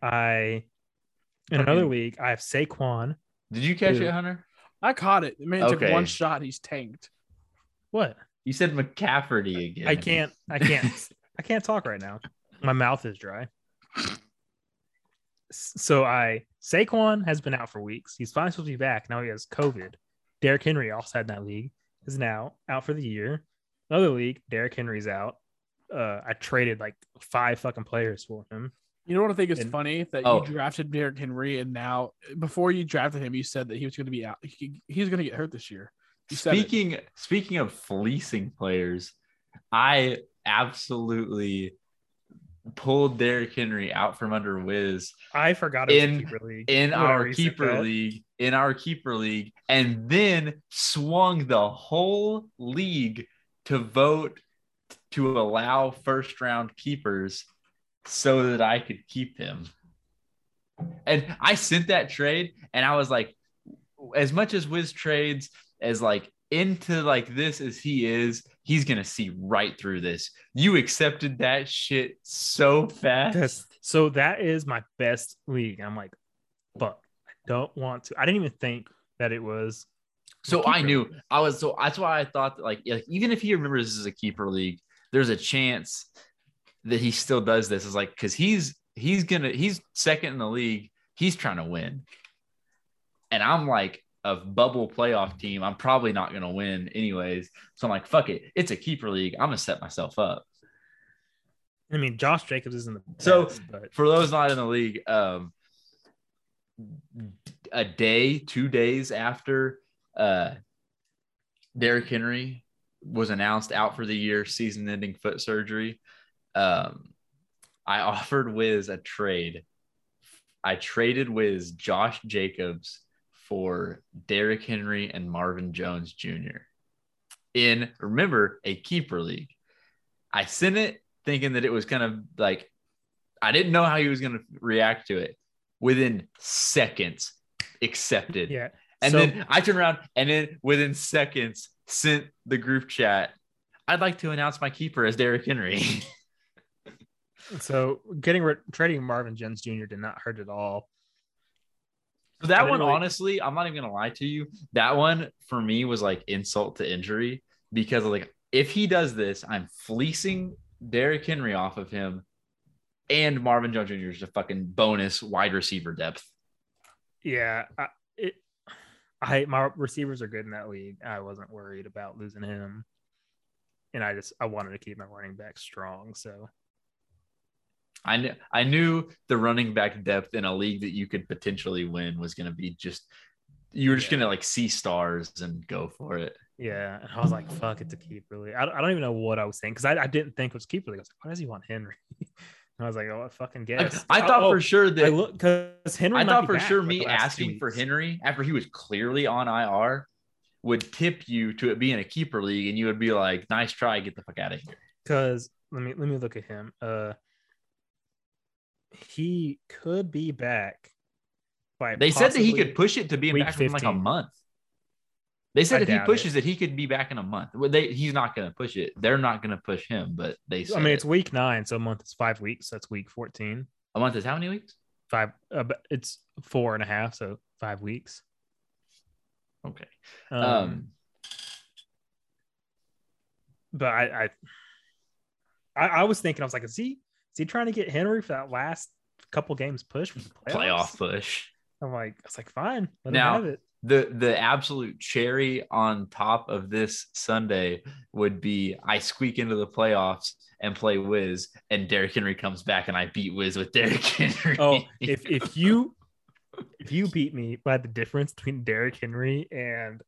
I in Fucking- another league I have Saquon. Did you catch Dude. it, Hunter? I caught it. The man took Okay. one shot. He's tanked. What You said McCafferty again. I can't I can't I can't talk right now. My mouth is dry. S- So I Saquon has been out for weeks. He's finally supposed to be back. Now he has COVID. Derrick Henry also had in that league is now out for the year. Another league, Derrick Henry's out. Uh, I traded like five fucking players for him. You know what I think is And- funny that Oh. you drafted Derrick Henry, and now before you drafted him, you said that he was going to be out. He, he was going to get hurt this year. You said it. Speaking speaking of fleecing players, I absolutely pulled Derrick Henry out from under Wiz I forgot it was In- a keeper league. in Would I our reset keeper that? league, in our keeper league, and then swung the whole league to vote to allow first round keepers so that I could keep him. And I sent that trade, and I was like, as much as Wiz trades as like into like this as he is, he's gonna see right through this. You accepted that shit so fast. That's, so that is my best league. I'm like, fuck, I don't want to. I didn't even think that it was. so keeper. I knew I was. So that's why I thought that like, like even if he remembers this is a keeper league, there's a chance that he still does this. Is like because he's he's gonna he's second in the league. He's trying to win, and I'm like a bubble playoff team. I'm probably not gonna win anyways. So I'm like, fuck it. It's a keeper league. I'm gonna set myself up. I mean, Josh Jacobs isn't the best, So- but for those not in the league, um, a day, two days after uh, Derrick Henry was announced out for the year, season-ending foot surgery, um, I offered Wiz a trade. I traded Wiz Josh Jacobs for Derrick Henry and Marvin Jones Jr. in remember a keeper league. I sent it thinking that it was kind of like I didn't know how he was going to react to it. Within seconds, accepted. yeah. And so, then I turned around and then within seconds sent the group chat. I'd like to announce my keeper as Derrick Henry. so getting rid trading Marvin Jones Jr. did not hurt at all. So I that didn't one, really- honestly, I'm not even gonna lie to you. That one for me was like insult to injury because like if he does this, I'm fleecing Derrick Henry off of him, and Marvin Jones Jr. is a fucking bonus wide receiver depth. Yeah, I, it, I my receivers are good in that league. I wasn't worried about losing him, and I just I wanted to keep my running back strong. So I knew I knew the running back depth in a league that you could potentially win was gonna be just you were just Yeah. gonna like see stars and go for it. yeah, and I was like, fuck, it's a keeper league. I don't, I don't even know what I was saying because I, I didn't think it was keeper league. I was like, why does he want Henry? And I was like, oh, I fucking I, guess. I thought Oh, for sure that I look because Henry. I might thought be for back, sure like, me the last two asking for weeks. Henry after he was clearly on IR would tip you to it being a keeper league, and you would be like, "Nice try, get the fuck out of here." Because let me let me look at him. Uh, he could be back. By They said that he possibly- could push it to being week back in like a 15. month. They said I if he doubt pushes it. he could be back in a month. Well, they he's not going to push it. They're not going to push him, but they. Said I mean, it's it. week nine, so a month is five weeks. So that's week fourteen. a month is how many weeks? Five, uh, but it's four and a half, so five weeks. Okay. Um, Um, but I, I, I, I was thinking, I was like, is he is he trying to get Henry for that last couple games push for the playoffs? playoff push. I'm like, I was like, fine, let Now- him have it. the the absolute cherry on top of this Sunday would be I squeak into the playoffs and play Wiz, and Derrick Henry comes back and I beat Wiz with Derrick Henry. Oh, if if you if you beat me by the difference between Derrick Henry and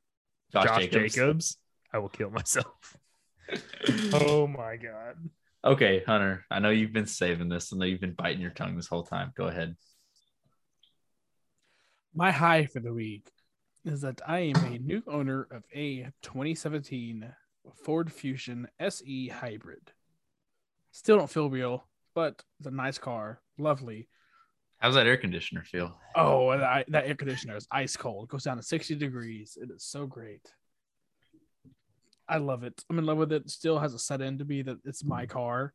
Josh, Jacobs. I will kill myself. oh my god. Okay, Hunter, I know you've been saving this. I know you've been biting your tongue this whole time. Go ahead. My high for the week is that I am a new owner of a 2017 Ford Fusion SE Hybrid. Still don't feel real, but it's a nice car, lovely. How's that air conditioner feel? Oh, and I, that air conditioner is ice cold. It goes down to 60 degrees. It is so great. I love it. I'm in love with it. Still has a set in to be that it's my Mm-hmm. car.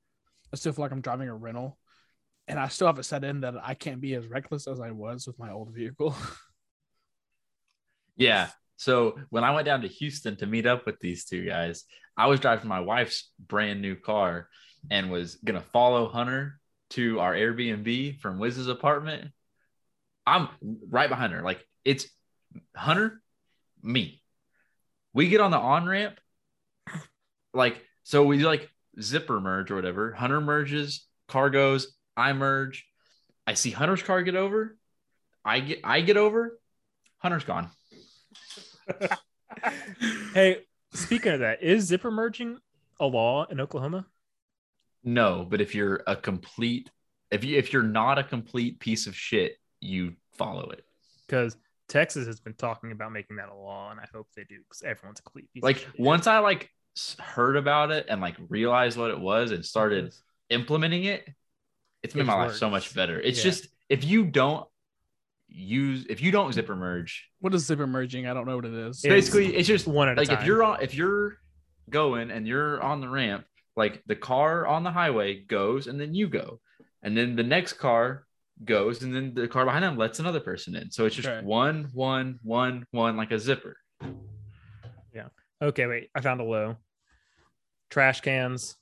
I still feel like I'm driving a rental. And I still have it set in that I can't be as reckless as I was with my old vehicle. Yeah. So when I went down to Houston to meet up with these two guys, I was driving my wife's brand new car and was gonna follow Hunter to our Airbnb from Wiz's apartment. I'm right behind her. Like it's Hunter, me. We get on the on ramp. Like, so we like zipper merge or whatever. Hunter merges, car goes, I merge. I see Hunter's car get over. I get I get over. Hunter's gone. hey, speaking of that, is zipper merging a law in Oklahoma? No, but if you're a complete, if you if you're not a complete piece of shit, you follow it. Because Texas has been talking about making that a law, and I hope they do because everyone's a complete piece of Like shit. once I like s- heard about it and like realized what it was and started implementing it, it's made Mm-hmm. It my life works. so much better. It's Yeah. just if you don't use if you don't zipper merge, What is zipper merging? I don't know what it is. It's- basically it's just Just one at like a time. if you're on if you're going and you're on the ramp like the car on the highway goes and then you go and then the next car goes and then the car behind them lets another person in so it's just Right. one one one one like a zipper okay, wait, I found a low. Trash cans.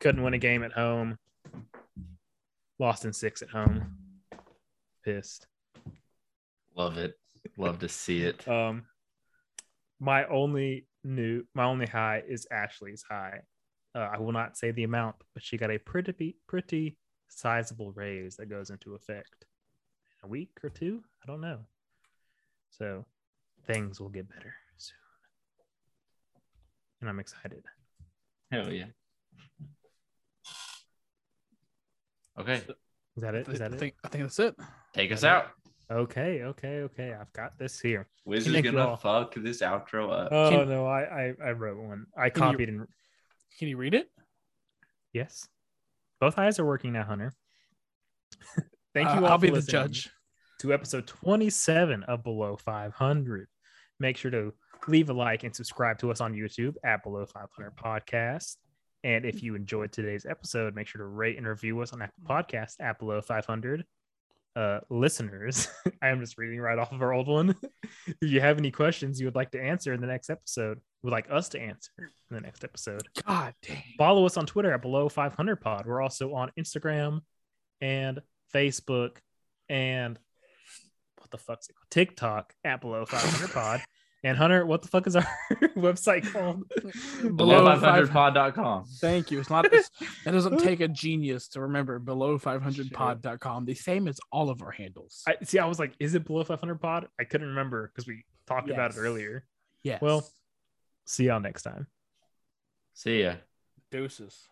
Couldn't win a game at home. Lost in six at home. Pissed. love it love to see it Um, my only new, my only high is Ashley's high. Uh, I will not say the amount, but she got a pretty, pretty sizable raise that goes into effect in a week or two. I don't know. So things will get better soon, and I'm excited. hell yeah okay Is that it? Is I, that it? think I think that's it. take us That it? out Okay, okay, okay. I've got this here. wiz is Thank you gonna all. fuck this outro up Oh Can- no, I, I I wrote one. I Can you- copied and Can you read it? Yes. Both eyes are working now, Hunter. Thank you Uh, all I'll for be the listening judge. to episode 27 of Below 500. Make sure to leave a like and subscribe to us on YouTube at Below 500 Podcast. And if you enjoyed today's episode, make sure to rate and review us on Apple Podcast at Below 500 uh, listeners. I am just reading right off of our old one. if you have any questions you would like to answer in the next episode, would like us to answer in the next episode, God dang. follow us on Twitter at below 500 pod. We're also on Instagram and Facebook and what the fuck's it called? TikTok at below 500 pod. And Hunter, what the fuck is our website called? below Below 500pod.com Thank you. It's not it's, that doesn't take a genius to remember below 500pod.com. The same as all of our handles. I see. I was like, is it below 500 pod? I couldn't remember because we talked about it Yes. earlier. yes. well- See y'all next time. see ya deuces.